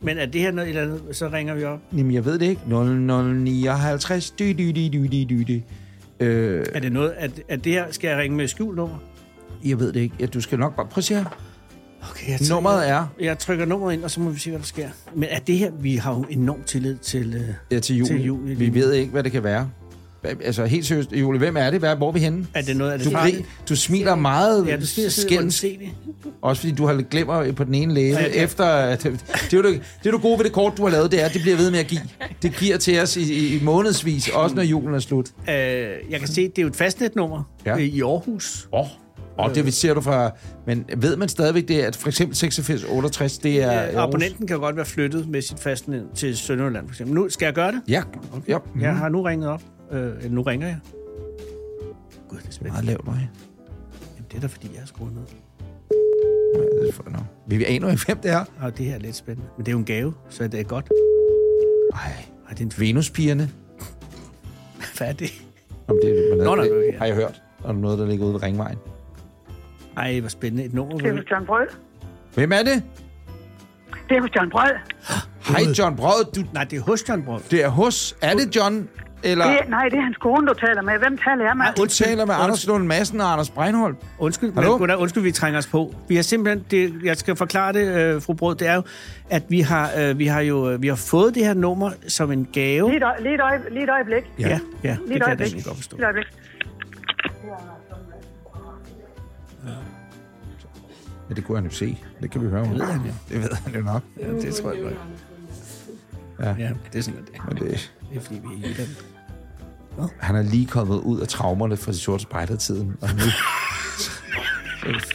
S6: Men er det her noget eller andet, så ringer vi op.
S2: Jamen, jeg ved det ikke. 0059. Dy, dy, dy, dy, dy, dy, dy. Øh,
S6: Er det noget, at, at det her skal jeg ringe med skjult nummer?
S2: jeg ved det ikke. Ja, du skal nok bare... Prøv at se her.
S6: Okay, jeg
S2: Nummeret er...
S6: Jeg trykker nummeret ind, og så må vi se, hvad der sker. Men er det her, vi har jo enorm tillid til... Øh,
S2: Ja, til Julie.
S6: Til Julie.
S2: Vi ved ikke, hvad det kan være. Hva- Altså, helt seriøst, Julie, hvem er det? Hvad, hvor er vi henne?
S6: er det noget, er det
S2: Du,
S6: farligt?
S2: gri- du smiler meget
S6: Ja, du skal skændes.
S2: skændes,
S6: se det.
S2: også fordi du har lidt glimmer på den ene læge.
S6: Ja, ja.
S2: Efter, at- det, er jo det, det er du gode ved det kort, du har lavet, det er, at det bliver ved med at give. Det giver til os i, i, i månedsvis, også når julen er slut.
S6: Øh, jeg kan se, det er jo et fastnetnummer
S2: Ja.
S6: ja. øh, i Aarhus.
S2: Åh, oh. oh, det vil- ser du fra... Men ved man stadigvæk det, er, at for eksempel 86, 68, det er...
S6: Ja, Abonnenten kan godt være flyttet med sit fastnet til Sønderjylland, for eksempel. Nu skal jeg gøre det.
S2: Ja, ja. Mm.
S6: Jeg har nu ringet op. Øh, eller nu ringer jeg. Gud, det er spændende.
S2: Meget lavt, nej.
S6: Jamen, det er da, fordi jeg har skruet ned.
S2: Nej, det er for- nå. Vi aner ikke, hvem det er.
S6: Og det her er lidt spændende. Men det er jo en gave, så det er godt.
S2: Ej,
S6: Ej, det er en f-
S2: Venuspigerne.
S6: Hvad er det?
S2: Om det, er- men
S6: Nå,
S2: er
S6: nej,
S2: det,
S6: ja.
S2: har jeg hørt. Og noget, der ligger ude ved ringvejen.
S6: Ej, hvor spændende. Et nummer.
S7: Det er hos
S6: hvor-
S7: John Brød.
S2: Hvem er det?
S7: Det er hos John Brød.
S6: Ah.
S2: Hej, John Brød. Du,
S6: Nej, det er hos John Brød.
S2: det er hos. Er det John? Eller
S7: Det, er- nej, det er hans kone, du taler med. Hvem taler jeg med?
S6: Nej,
S2: du
S6: Ah, undskyld.
S2: taler med
S6: Undskyld.
S2: Anders Lund Madsen og Anders Breinholt?
S6: Undskyld, men,
S2: Hallo?
S6: goddag, undskyld, vi trænger os på. Vi har simpelthen, det, jeg skal forklare det, øh, fru Brød, det er jo, at vi har, øh, vi har jo øh, vi har fået det her nummer som en gave.
S7: Lige et, øje- lige, et øje- lige et øjeblik.
S6: Ja,
S7: Lige
S6: ja, det
S7: et
S6: kan jeg da
S7: øjeblik.
S6: egentlig godt forstå.
S7: Lige et øjeblik.
S2: Ja, det kunne han jo se. Det kan vi høre. Det ved han jo. Det ved han jo nok. Ja, det tror jeg ikke.
S6: Ja, det er sådan, det er.
S2: Men det,
S6: Det er, fordi vi er i den.
S2: han er lige kommet ud af traumerne fra de sorte spejdertiden. Og nu...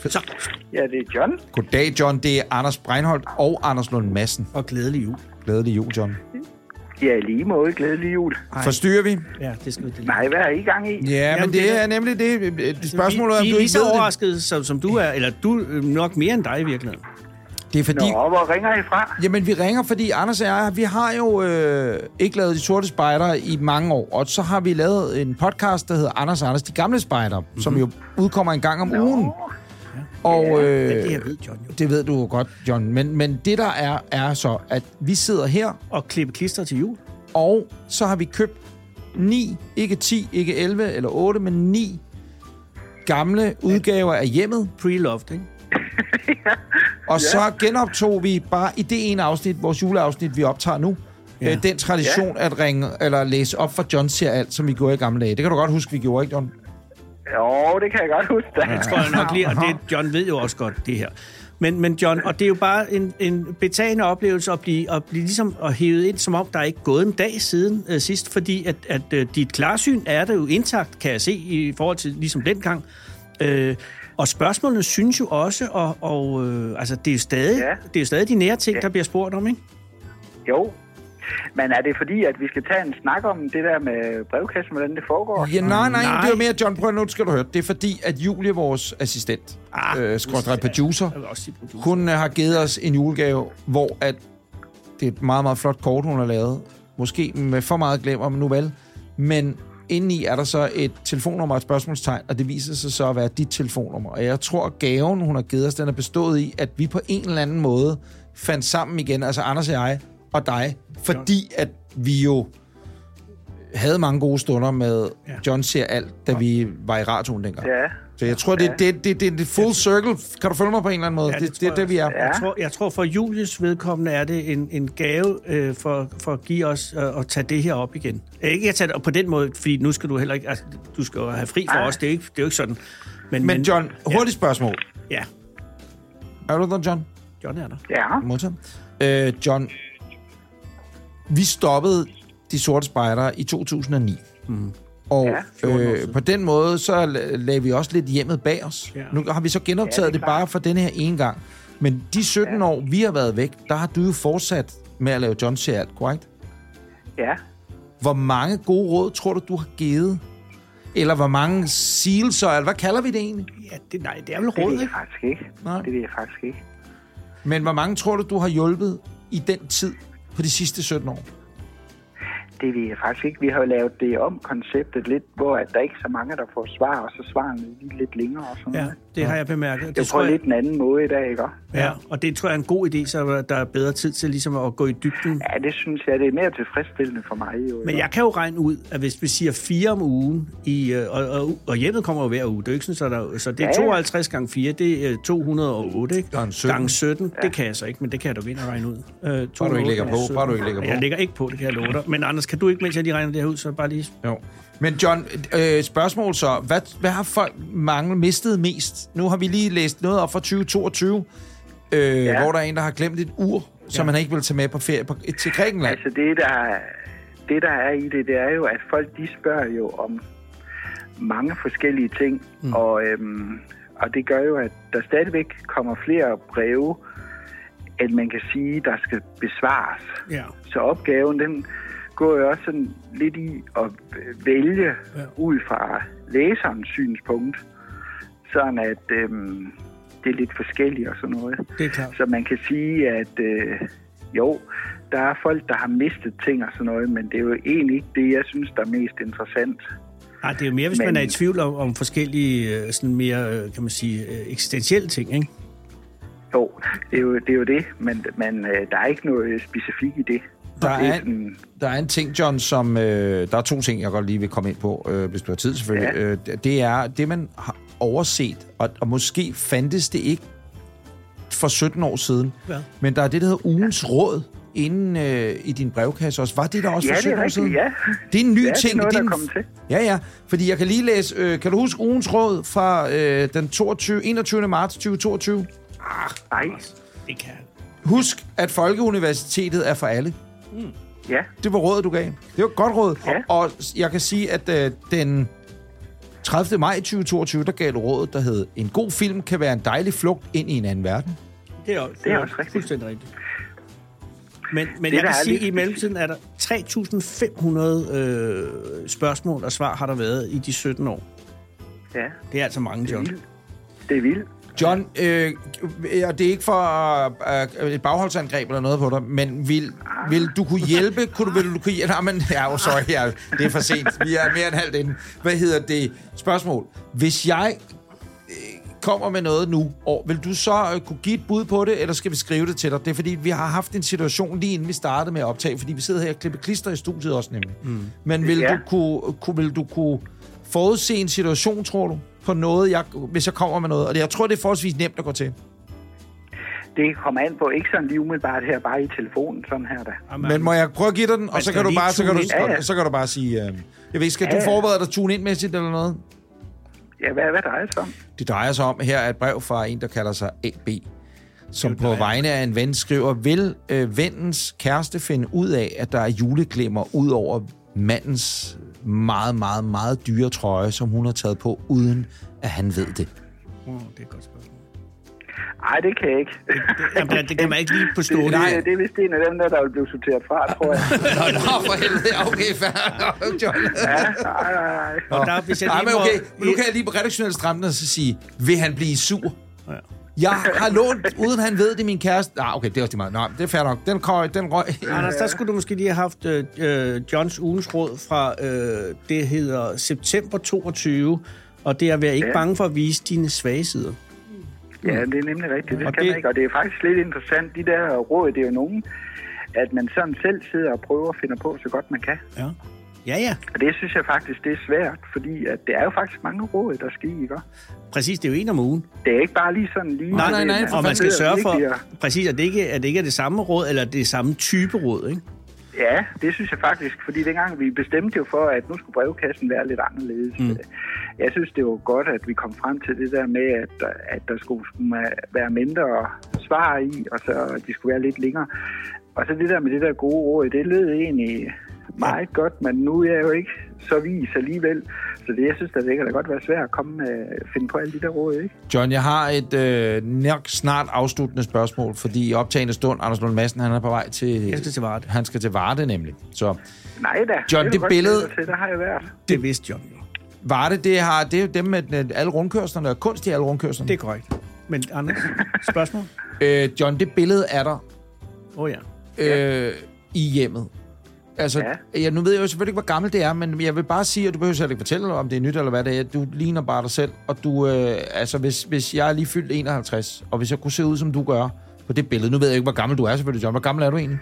S6: Så,
S8: Ja, det er John.
S2: Goddag, John. Det er Anders Breinholt og Anders Lund Madsen.
S6: og glædelig jul.
S2: Glædelig jul, John.
S8: Ja, i lige måde. Glædelig jul.
S6: Ej.
S2: Forstyrrer vi?
S6: Ja, det skal vi det
S8: Nej, hvad er I gang i?
S2: Ja, Jamen, men det,
S6: det
S2: det
S6: er-
S2: er nemlig det. det Spørgsmålet er, om
S6: vi,
S2: du
S6: vi
S2: ikke
S6: er lige så
S2: ved det.
S6: overrasket, som, som du er, eller du øh, nok mere end dig i virkeligheden.
S2: Det er fordi,
S8: Nå, hvor ringer I fra?
S2: Jamen, vi ringer, fordi Anders og jeg, vi har jo øh, ikke lavet De Sorte Spejdere i mange år, og så har vi lavet en podcast, der hedder Anders og Anders, De Gamle Spejdere,
S6: Mhm.
S2: mm-hmm. som jo udkommer en gang om no. ugen. Og
S6: Det
S2: øh,
S6: her ved John jo.
S2: det ved du jo godt, John, men, men det der er, er så, at vi sidder her,
S6: Og klippe klister til jul.
S2: og så har vi købt ni, ikke 10, ikke 11 eller 8, men ni gamle udgaver af hjemmet,
S6: Pre-loved, ikke?
S2: Og ja. så genoptog vi bare i det ene afsnit, vores juleafsnit, vi optager nu, ja.
S6: Ja.
S2: øh, den tradition ja. at ringe eller læse op for John ser alt, som vi gjorde i gamle dage. Det kan du godt huske, vi gjorde, ikke John?
S8: Jo, det kan jeg godt huske dig.
S6: tror jeg nok lige, og det, John ved jo også godt det her. Men, men John, og det er jo bare en, en betagende oplevelse at blive, at blive ligesom at hævet ind, som om der er ikke gået en dag siden øh, sidst, fordi at, at øh, dit klarsyn er der jo intakt, kan jeg se, i forhold til ligesom dengang. Øh, og spørgsmålene synes jo også, og, og øh, altså, det, er jo stadig,
S8: Ja.
S6: ja. det er jo stadig de nære ting, ja. der bliver spurgt om, ikke?
S8: Jo. Men er det fordi, at vi skal tage en snak om det der med brevkassen, hvordan det foregår?
S2: Ja, nej, nej, nej,
S6: nej.
S2: det var mere, John, prøv at- nu skal du høre. Det er fordi, at Julie, vores assistent, ah, øh, skrådstræk producer,
S6: Jeg vil også sige producer.
S2: hun øh, har givet os en julegave, hvor at det er et meget, meget flot kort, hun har lavet. Måske med for meget glemmer, men nu vel. Men Indeni er der så et telefonnummer og et spørgsmålstegn, og det viser sig så at være dit telefonnummer. Og jeg tror, at gaven, hun har givet os, den er bestået i, at vi på en eller anden måde fandt sammen igen, altså Anders og jeg og dig, fordi at vi jo havde mange gode stunder med John Ser Alt, da vi var i radioen dengang.
S8: Ja.
S2: Så jeg tror, det er det, det, det, det full circle. Kan du følge mig på en eller anden måde?
S6: Ja,
S2: Ja,
S6: det
S2: det, det er
S6: tror jeg
S2: det, vi er.
S6: Jeg tror, jeg tror for Julius vedkommende er det en, en gave øh, for, for at give os øh, at tage det her op igen. Øh, Ikke at tage det op på den måde, fordi nu skal du heller ikke... Altså, du skal jo have fri for os, det er jo ikke, det er jo ikke sådan. Men,
S2: Men John, hurtigt spørgsmål.
S6: Ja,
S2: Er du der, John?
S6: John er der.
S8: Ja.
S2: Modtaget. Øh, John, vi stoppede De Sorte Spejdere i 2009. Mm. Og ja, øh, på den måde, så la- lagde vi også lidt hjemmet bag os. Ja.
S6: Ja.
S2: Nu har vi så genoptaget ja, det, det bare for den her ene gang. Men de 17 ja. år, vi har været væk, der har du jo fortsat med at lave John Ser Alt, korrekt?
S8: Ja.
S2: Hvor mange gode råd tror du, du har givet? Eller hvor mange sealser, eller hvad kalder vi det egentlig?
S6: Ja, det, nej, det er vel
S8: Det
S6: råd,
S8: ved jeg
S6: ikke?
S8: faktisk ikke.
S2: Nej.
S8: Det ved jeg faktisk ikke.
S2: Men hvor mange tror du, du har hjulpet i den tid på de sidste 17 år?
S8: Det ved jeg faktisk ikke. Vi har jo lavet det om konceptet lidt, hvor at der ikke er så mange, der får svar, og så svarene lige lidt længere og sådan
S6: Ja,
S8: noget.
S6: det har jeg bemærket.
S8: Det
S6: Det
S8: er på
S6: tror jeg,
S8: lidt en anden måde i dag, ikke?
S6: ja, og det tror jeg er en god idé, så der er bedre tid til ligesom at gå i dybden.
S8: Ja, det synes jeg, det er mere tilfredsstillende for mig. Jo,
S6: Men
S8: ikke?
S6: jeg kan jo regne ud, at hvis vi siger fire om ugen, i, øh, og, og, og hjemmet kommer jo hver uge, det er jo ikke sådan, så, der, så det er
S8: Ja, ja.
S6: 52 gange 4, det er øh, 208, ikke?
S2: Gange 17.
S6: Gange 17, det kan jeg så ikke, men det kan jeg da vinde at regne ud. Øh,
S2: Bare du ikke lægger på, bare du ikke lægger på.
S6: Jeg lægger ikke på, det kan jeg love dig. Men Anders, kan du ikke, mens jeg lige regner det her ud, så bare lige...
S2: Jo. Men John, øh, spørgsmål så. Hvad, hvad har folk manglet, mistet mest? Nu har vi lige læst noget op fra 2022, øh, ja. hvor der er en, der har glemt et ur, som han ikke vil tage med på ferie på, til Grækenland.
S8: Altså det der, det, der er i det, det er jo, at folk de spørger jo om mange forskellige ting, mm. og, øhm, og det gør jo, at der stadigvæk kommer flere breve, end man kan sige, der skal besvares.
S6: Ja,
S8: Så opgaven, den går jo også sådan lidt i at vælge ja. ud fra læserens synspunkt, sådan at øhm, det er lidt forskelligt og sådan noget.
S6: det er klart.
S8: Så man kan sige, at øh, jo, der er folk, der har mistet ting og sådan noget, men det er jo egentlig ikke det, jeg synes, der er mest interessant.
S6: Ej, det er jo mere, hvis men...
S8: Men-
S6: man er i tvivl om, om forskellige, øh, sådan mere, øh, kan man sige, øh, eksistentielle ting, ikke?
S8: Jo, det er jo det, er jo det men, men øh, der er ikke noget specifikt i det.
S2: Der
S8: det
S2: er,
S8: er sådan,
S2: der er en ting, John, som... Øh, der er to ting, jeg godt lige vil komme ind på, øh, hvis du har tid selvfølgelig. Ja.
S8: Ja.
S2: Øh, det- det er det, man har overset, og, og måske fandtes det ikke for 17 år siden. Ja.
S6: Ja.
S2: Men der er det, der hedder ugens råd inden øh, i din brevkasse også. Var det der også
S8: ja,
S2: for
S8: det
S2: 17
S8: er
S2: år
S8: rigtigt,
S2: siden?
S8: ja.
S2: Det er en ny
S8: Ja, det er
S2: ting.
S8: noget,
S2: det er
S8: der er
S2: en...
S8: kommet til.
S2: Ja, ja. Fordi jeg kan lige læse... Øh, kan du huske ugens råd fra øh, den 22, 21. marts 2022?
S8: Nej,
S6: Det kan jeg.
S2: Husk, at Folkeuniversitetet er for alle.
S8: ja,
S2: Det var rådet, du gav. Det var et godt råd.
S8: Ja.
S2: Og jeg kan sige, at øh, den 30. maj 2022, der gav du rådet, der hed, en god film kan være en dejlig flugt ind i en anden verden.
S6: Det er, også,
S8: Det er også rigtigt.
S6: Fuldstændig rigtigt. Men, men
S8: der
S6: jeg kan
S8: er
S6: sige,
S8: lidt
S6: at i mellemtiden er der 3.500 øh, spørgsmål og svar, har der været i de 17 år.
S8: ja,
S6: Det er altså mange, John.
S8: det er vildt.
S2: John, øh, og det er ikke for øh, øh, et bagholdsangreb eller noget på dig, men vil, vil du kunne hjælpe? Kunne du, vil du kunne hjælpe? Nej, men ja, oh, sorry, ja, det er for sent. Vi er mere end halvt inde. Hvad hedder det? Spørgsmål. Hvis jeg øh, kommer med noget nu, og vil du så øh, kunne give et bud på det, eller skal vi skrive det til dig? Det er fordi, vi har haft en situation lige inden vi startede med at optage, fordi vi sidder her og klipper klister i studiet også nemlig. Mm. Men vil, ja.
S8: Ja.
S2: du kunne, kunne, vil du kunne forudse en situation, tror du, på noget, jeg, hvis jeg kommer med noget? Og det- jeg tror, det er forholdsvis nemt at gå til.
S8: Det kommer an på, ikke sådan lige umiddelbart her, bare i telefonen, sådan her da.
S6: Jamen,
S2: Men må jeg prøve at give dig den, og så
S6: skal
S2: kan, du
S6: lige
S2: bare, så, kan
S6: tune
S2: du,
S6: ind.
S8: Ja, ja.
S2: og så kan du bare sige... Øh, jeg ved ikke, skal
S8: Ja,
S2: du
S8: ja.
S2: forberede dig tune ind-mæssigt eller noget?
S8: Ja, hvad, hvad drejer det sig om?
S2: Det drejer sig om, her er et brev fra en, der kalder sig AB, som på vegne af en ven skriver, vil øh, vennens kæreste finde ud af, at der er juleglimmer ud over mandens meget, meget, meget dyre trøje, som hun har taget på, uden at han ved det.
S6: Åh, det er et godt spørgsmål.
S8: Nej, det kan jeg ikke.
S6: Jamen, det, det kan man ikke lige på
S8: Det,
S6: stående.
S8: det, det er vist en af dem der, der vil blive sorteret fra, tror jeg.
S2: Nå, nå, for helvede. Okay, fair. John.
S8: Ja, nej, nej, nej.
S6: Og der, hvis jeg
S2: Nej,
S6: lige
S2: men
S6: må-
S2: okay. Men nu kan jeg lige på redaktionelt stramme den og så sige, vil han blive sur?
S6: Ja.
S2: Jeg har lånt, uden han ved det, min kæreste... Nej, ah, okay, det er også lige meget. Nej, det er fair nok. Den røg, den røg.
S6: Anders, der skulle du måske lige have haft øh, øh, Johns ugens råd fra, øh, det hedder september 22, og det er at være ikke
S8: Ja.
S6: bange for at vise dine svage sider.
S8: Ja, det er nemlig rigtigt. Det
S2: Og
S8: skal
S2: det-
S8: man ikke. Og det er faktisk lidt interessant, de der råd, det er jo nogen, at man sådan selv sidder og prøver at finde på så godt man kan.
S6: Ja. Ja, ja.
S8: Og det synes jeg faktisk, det er svært, fordi at det er jo faktisk mange råd, der skal i, ikke?
S6: Præcis, det er jo en om ugen.
S8: Det er ikke bare lige sådan lige... Altså,
S6: Nej,
S2: nej, nej, for
S6: Og man
S2: fanden,
S6: skal sørge for,
S8: Virkelig at-
S6: præcis, at det ikke, at det ikke er det samme råd, eller det samme type råd, ikke?
S8: Ja, det synes jeg faktisk, fordi dengang vi bestemte jo for, at nu skulle brevkassen være lidt anderledes. Mm. Jeg synes, det var godt, at vi kom frem til det der med, at, der- at der skulle være mindre svar i, og så at de skulle være lidt længere. Og så det der med det der gode råd, det lød egentlig meget ja. godt, men nu er jeg jo ikke så vis alligevel. Så det, jeg synes, da, det kan da godt være svært at komme med, finde på alle de der råd, ikke?
S2: John, jeg har et øh, nok snart afsluttende spørgsmål, fordi i optagende stund, Anders Lund Madsen, han er på vej til...
S6: Jeg skal til Varde.
S2: Han skal til Varde, nemlig. Så
S8: Nej da,
S2: John,
S8: vil
S2: det
S8: godt
S2: billede-
S8: glæde dig Til, der har jeg været.
S6: Det vidste John jo.
S2: Varde, det, har, det er jo dem med den, alle rundkørslerne, og kunst i alle rundkørslerne.
S6: Det er korrekt. Men Anders, spørgsmål?
S2: Det... Øh, John, det billede er der
S6: Åh oh, ja.
S2: øh, i hjemmet. Altså, ja.
S8: Ja.
S2: jeg, nu ved jeg jo selvfølgelig ikke, hvor gammel det er, men jeg vil bare sige, og du behøver selv ikke fortælle, om det er nyt eller hvad det er, du ligner bare dig selv, og du, øh, altså, hvis, hvis jeg er lige fyldt 51, og hvis jeg kunne se ud, som du gør på det billede, nu ved jeg ikke, hvor gammel du er selvfølgelig, John, hvor gammel er du egentlig?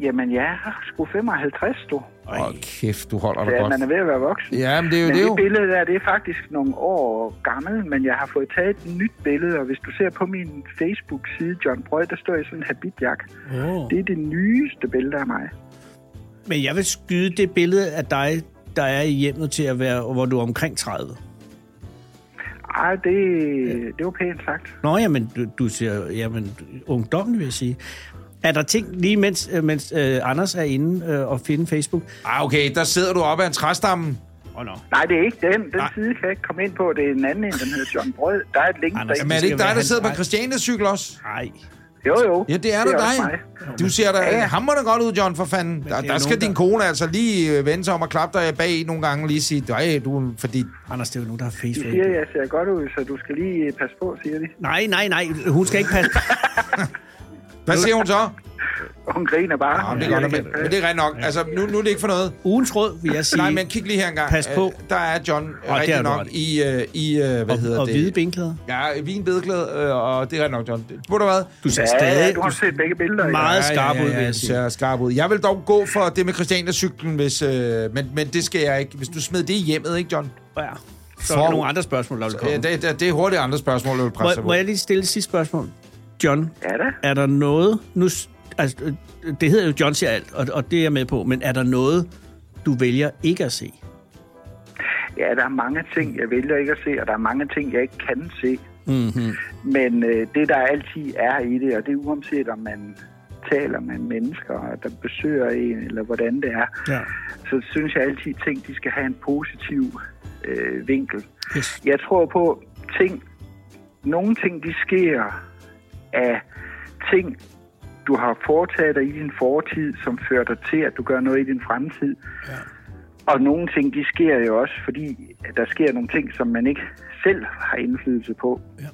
S8: Jamen, jeg er sgu 55, du.
S2: Åh, oh, kæft, du holder dig
S8: Ja,
S2: godt.
S8: man er ved at være voksen.
S2: Ja, men det er jo
S8: men
S2: det jo.
S8: billede der, det er faktisk nogle år gammelt, men jeg har fået taget et nyt billede, og hvis du ser på min Facebook-side, John Brød, der står jeg i sådan en habitjak.
S6: Oh.
S8: Det er det nyeste billede af mig.
S6: Men jeg vil skyde det billede af dig, der er i hjemmet til at være, hvor du er omkring 30.
S8: Ej, det, det var pænt sagt.
S6: Nå, jamen, du, du siger, jamen, ungdommen vil jeg sige. Er der ting, lige mens, øh, mens øh, Anders er inde øh, og finde Facebook?
S2: Ah, okay, der sidder du oppe af en træstamme.
S6: Åh, oh, no.
S8: Nej, det er ikke den. Den
S6: Nej.
S8: side kan jeg ikke komme ind på. Det er en anden en, den hedder John Brød. Der er et link
S6: Anders,
S2: Men er
S8: derinde.
S2: det ikke
S6: skal være
S2: dig, der
S6: hans
S2: sidder på
S6: egen.
S2: Christianes cykel også?
S6: Nej.
S8: Jo, jo.
S2: Ja, det er da
S8: også
S2: dig.
S8: mig.
S2: Du ser da ja. hammerende godt ud, John, for fanden. Der,
S6: er jo
S2: der skal
S6: nogen,
S2: din
S6: der-
S2: kone altså lige øh, vende sig om og klappe dig bag nogle gange og lige sige, nej, du, er- fordi...
S6: Anders, det er jo nogen, der har
S8: De
S6: Facebook.
S8: siger, jeg ser godt ud, så du skal lige passe på, siger de.
S6: Nej, nej, nej. Hun skal ikke passe.
S2: Hvad siger hun så?
S8: Og hun griner bare.
S2: Jamen, det er godt, men, men det er rent nok. Altså, nu, nu er det ikke for noget.
S6: Ugens råd vil jeg sige.
S2: Nej, men kig lige her engang.
S6: Pas på.
S2: Øh, Der er John
S6: er
S2: og rigtig
S6: du
S2: nok
S6: ret
S2: i, øh, i øh, hvad
S6: og,
S2: hedder
S6: og
S2: det?
S6: hvide benklæder.
S2: Ja, vinbedeklæde, øh, og det er rent nok, John. Det- Ved du hvad?
S6: Du ser
S8: Ja, ja,
S6: stadig
S8: du har set begge billeder. ja.
S6: meget skarp ud, vil
S2: jeg
S6: jeg sige.
S2: ser skarp ud. Jeg vil dog gå for det med Christiania-cyklen, hvis, øh, men, men det skal jeg ikke. Hvis du smed det i hjemmet, ikke, John?
S6: Ja. Så er
S2: For-
S6: der nogle andre spørgsmål, der vil komme.
S2: Øh, det, det, det er hurtigt andre spørgsmål, du vil presse dig
S6: Må, må
S2: på.
S6: jeg lige stille et sidste spørgsmål? John,
S8: Ja da.
S6: er der noget... Nu, s- altså, øh, det hedder jo John ser alt, og, og det er jeg med på. Men er der noget, du vælger ikke at se?
S8: Ja, der er mange ting, jeg vælger ikke at se, og der er mange ting, jeg ikke kan se.
S6: Mhm.
S8: Mm-hmm. Men øh, det, der altid er i det, og det er uanset om man taler med mennesker, der besøger en, eller hvordan det er,
S6: Ja.
S8: så synes jeg altid, at ting de skal have en positiv øh, vinkel.
S6: Yes.
S8: Jeg tror på ting, nogle ting, de sker af ting, du har foretaget dig i din fortid, som fører dig til, at du gør noget i din fremtid. Og nogle ting, de sker jo også, fordi at der sker nogle ting, som man ikke selv har indflydelse på.
S6: Ja.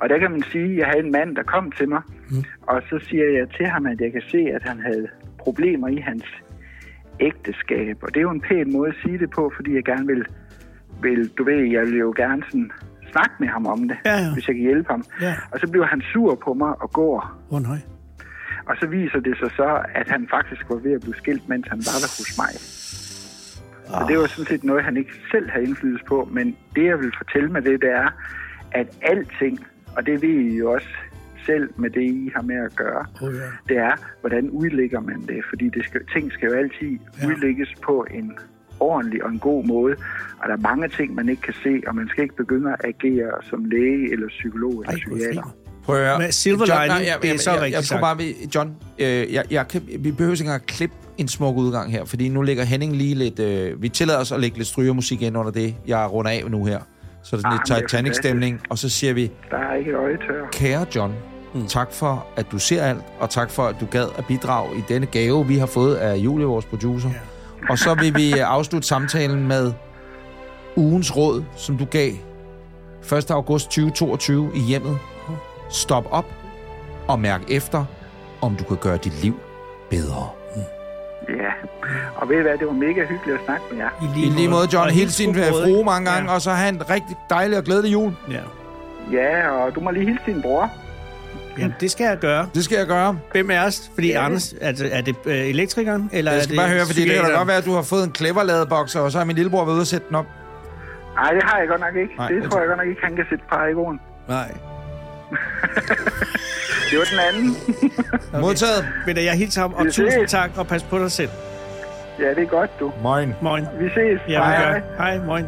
S8: Og der kan man sige, at jeg havde en mand, der kom til mig, mm. og så siger jeg til ham, at jeg kan se, at han havde problemer i hans ægteskab. Og det er jo en pæn måde at sige det på, fordi jeg gerne vil, vil du ved, jeg vil jo gerne sådan snakke med ham om det,
S6: Ja, ja.
S8: hvis jeg kan hjælpe ham.
S6: Ja.
S8: Og så bliver han sur på mig og går.
S6: Åh, oh, nej.
S8: Og så viser det sig så, at han faktisk var ved at blive skilt, mens han var der hos mig. Så det var sådan set noget, han ikke selv havde indflydelse på, men det, jeg vil fortælle med det, det er, at alting, og det ved I jo også selv med det, I har med at gøre,
S6: Oh, ja.
S8: det er, hvordan udlægger man det? Fordi det skal, ting skal jo altid ja. udlægges på en ordentlig og en god måde, og der er mange ting, man ikke kan se, og man skal ikke begynde at agere som læge eller psykolog eller
S6: Ej, hvor fint.
S8: psykiater.
S2: Prøv at høre.
S6: Men silver lining, det er så
S2: jeg, jeg
S6: rigtigt
S2: tror bare, vi, John, øh, jeg, jeg kan, vi behøver ikke engang at klippe en smuk udgang her, fordi nu ligger Henning lige lidt... Øh, vi tillader os at lægge lidt strygermusik ind under det, jeg runder af nu her. Så er det er
S8: Ah, men det
S2: sådan
S8: er
S2: lidt Titanic-stemning, og så siger vi,
S8: Der er ikke et øje tør.
S2: kære John, mm. tak for, at du ser alt, og tak for, at du gad at bidrage i denne gave, vi har fået af Julie, vores producer. Yeah. Og så vil vi øh, afslutte samtalen med ugens råd, som du gav 1. august 2022 i hjemmet. Stop op og mærk efter, om du kan gøre dit liv bedre.
S8: Ja, og ved I hvad, det var mega hyggeligt at snakke med jer.
S2: I lige måde, John,
S6: Og
S2: hils din
S6: god brød,
S2: frue
S6: ikke?
S2: mange gange,
S6: Ja.
S2: og så have en rigtig dejlig og glædelig jul.
S6: Ja.
S8: Ja, og du må lige hilse din bror.
S6: ja, det skal jeg gøre.
S2: Det skal jeg gøre.
S6: Hvem er os? Fordi ja. Anders, altså, er det øh, elektrikeren? Eller
S2: Jeg
S6: er
S2: skal
S6: det
S2: bare høre, fordi det kan da
S6: psykiateren?
S2: godt være, at du har fået en clever og så har min lillebror været ude og sætte den op.
S8: Nej, det har jeg godt nok ikke.
S2: Nej,
S8: Nej, det
S2: det
S8: tror jeg godt nok ikke, han kan sætte par i gården.
S2: Nej.
S8: Det var den anden.
S2: Modtaget.
S6: Men jeg hilser ham, og
S8: Vi ses.
S6: tusind tak, og pas på dig selv.
S8: Ja, det er godt, du.
S2: Moin.
S6: Moin.
S8: Vi ses.
S6: Ja, vi gør. Hej, moin.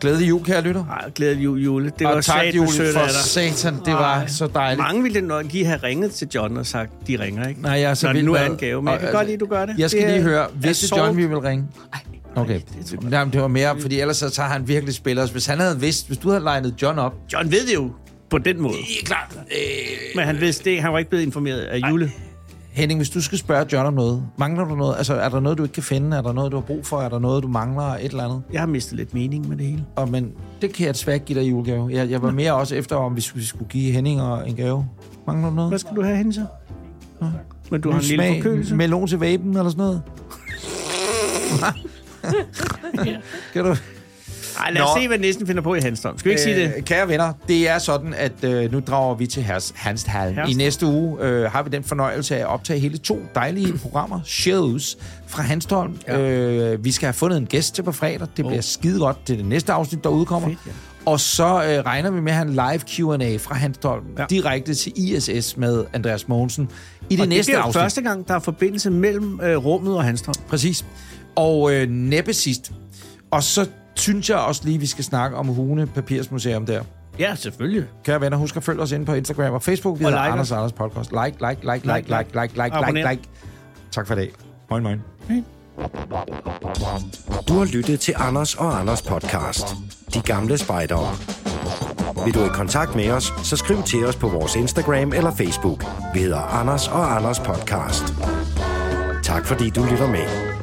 S2: Glædelig jul, kære lytter.
S6: Ej, glædelig jul, Jule. Det var
S2: Og tak,
S6: sat
S2: Jule,
S6: sødt af
S2: for
S6: dig.
S2: satan. Det var så dejligt.
S6: Mange ville nok lige have ringet til John og sagt, de ringer, ikke?
S2: Nej, jeg er så
S6: Når det
S2: vild
S6: nu
S2: med-
S6: er en gave, men jeg
S2: Og,
S6: kan
S2: altså,
S6: godt lide, du gør det.
S2: Jeg skal
S6: Det er-
S2: lige høre,
S6: er
S2: hvis det
S6: sort.
S2: John, vi vil ringe. Okay, Nej, men det var mere, fordi ellers så tager han virkelig spiller os. Hvis han havde vidst, hvis du havde legnet John op,
S6: John ved det jo på den måde.
S2: Det er klart. Øh,
S6: Men han vidste det. Han var ikke blevet informeret af Jule.
S2: Henning, hvis du skal spørge John om noget, mangler du noget? Altså, er der noget, du ikke kan finde? Er der noget, du har brug for? Er der noget, du mangler? Et eller andet?
S6: Jeg har mistet lidt mening med det hele.
S2: Og, men det kan jeg desværre ikke give dig i julegave. Jeg, jeg var mere også efter, om vi skulle, vi skulle give Henning og en gave. Mangler du noget?
S6: Hvad skal du have hende så? Nå. Men du har en
S2: Ny
S6: lille
S2: smag,
S6: forkølelse.
S2: Melon til vapen eller sådan noget? kan du?
S6: Ej, lad os
S2: Nå.
S6: se, hvad næsten finder på i Hanstholm. Skal vi ikke sige det?
S2: Øh, Kære venner, det er sådan, at øh, nu drager vi til Hans, Hansdal. I
S6: Herstad.
S2: næste uge øh, har vi den fornøjelse af at optage hele to dejlige programmer, shows, fra Hanstholm. Ja. Øh, vi skal have fundet en gæst til på fredag. Det bliver skide godt til det næste afsnit, der udkommer. Fedt,
S6: Fedt, ja.
S2: Og så øh, regner vi med at have en live Q&A fra Hanstholm ja.
S6: Ja.
S2: direkte til ISS med Andreas Mogensen i det
S6: Og det
S2: næste
S6: bliver jo
S2: afsnit.
S6: første gang, der er forbindelse mellem øh, rummet og Hanstholm.
S2: Præcis. Og øh, næppe sidst. Og så synes jeg også lige, vi skal snakke om Hune Papirsmuseum der.
S6: Ja, selvfølgelig.
S2: Kære venner, husk at følge os inde på Instagram og Facebook. Vi
S6: Og
S2: hedder
S6: like
S2: Anders
S6: os.
S2: Anders Podcast. Like, like, like, like, like, like, like, like, like,
S6: Abonner.
S2: like. Tak for i dag. Moin, moin.
S4: Du har lyttet til Anders og Anders podcast. De gamle spejdere. Vil du i kontakt med os, så skriv til os på vores Instagram eller Facebook. Vi hedder Anders og Anders podcast. Tak fordi du lytter med.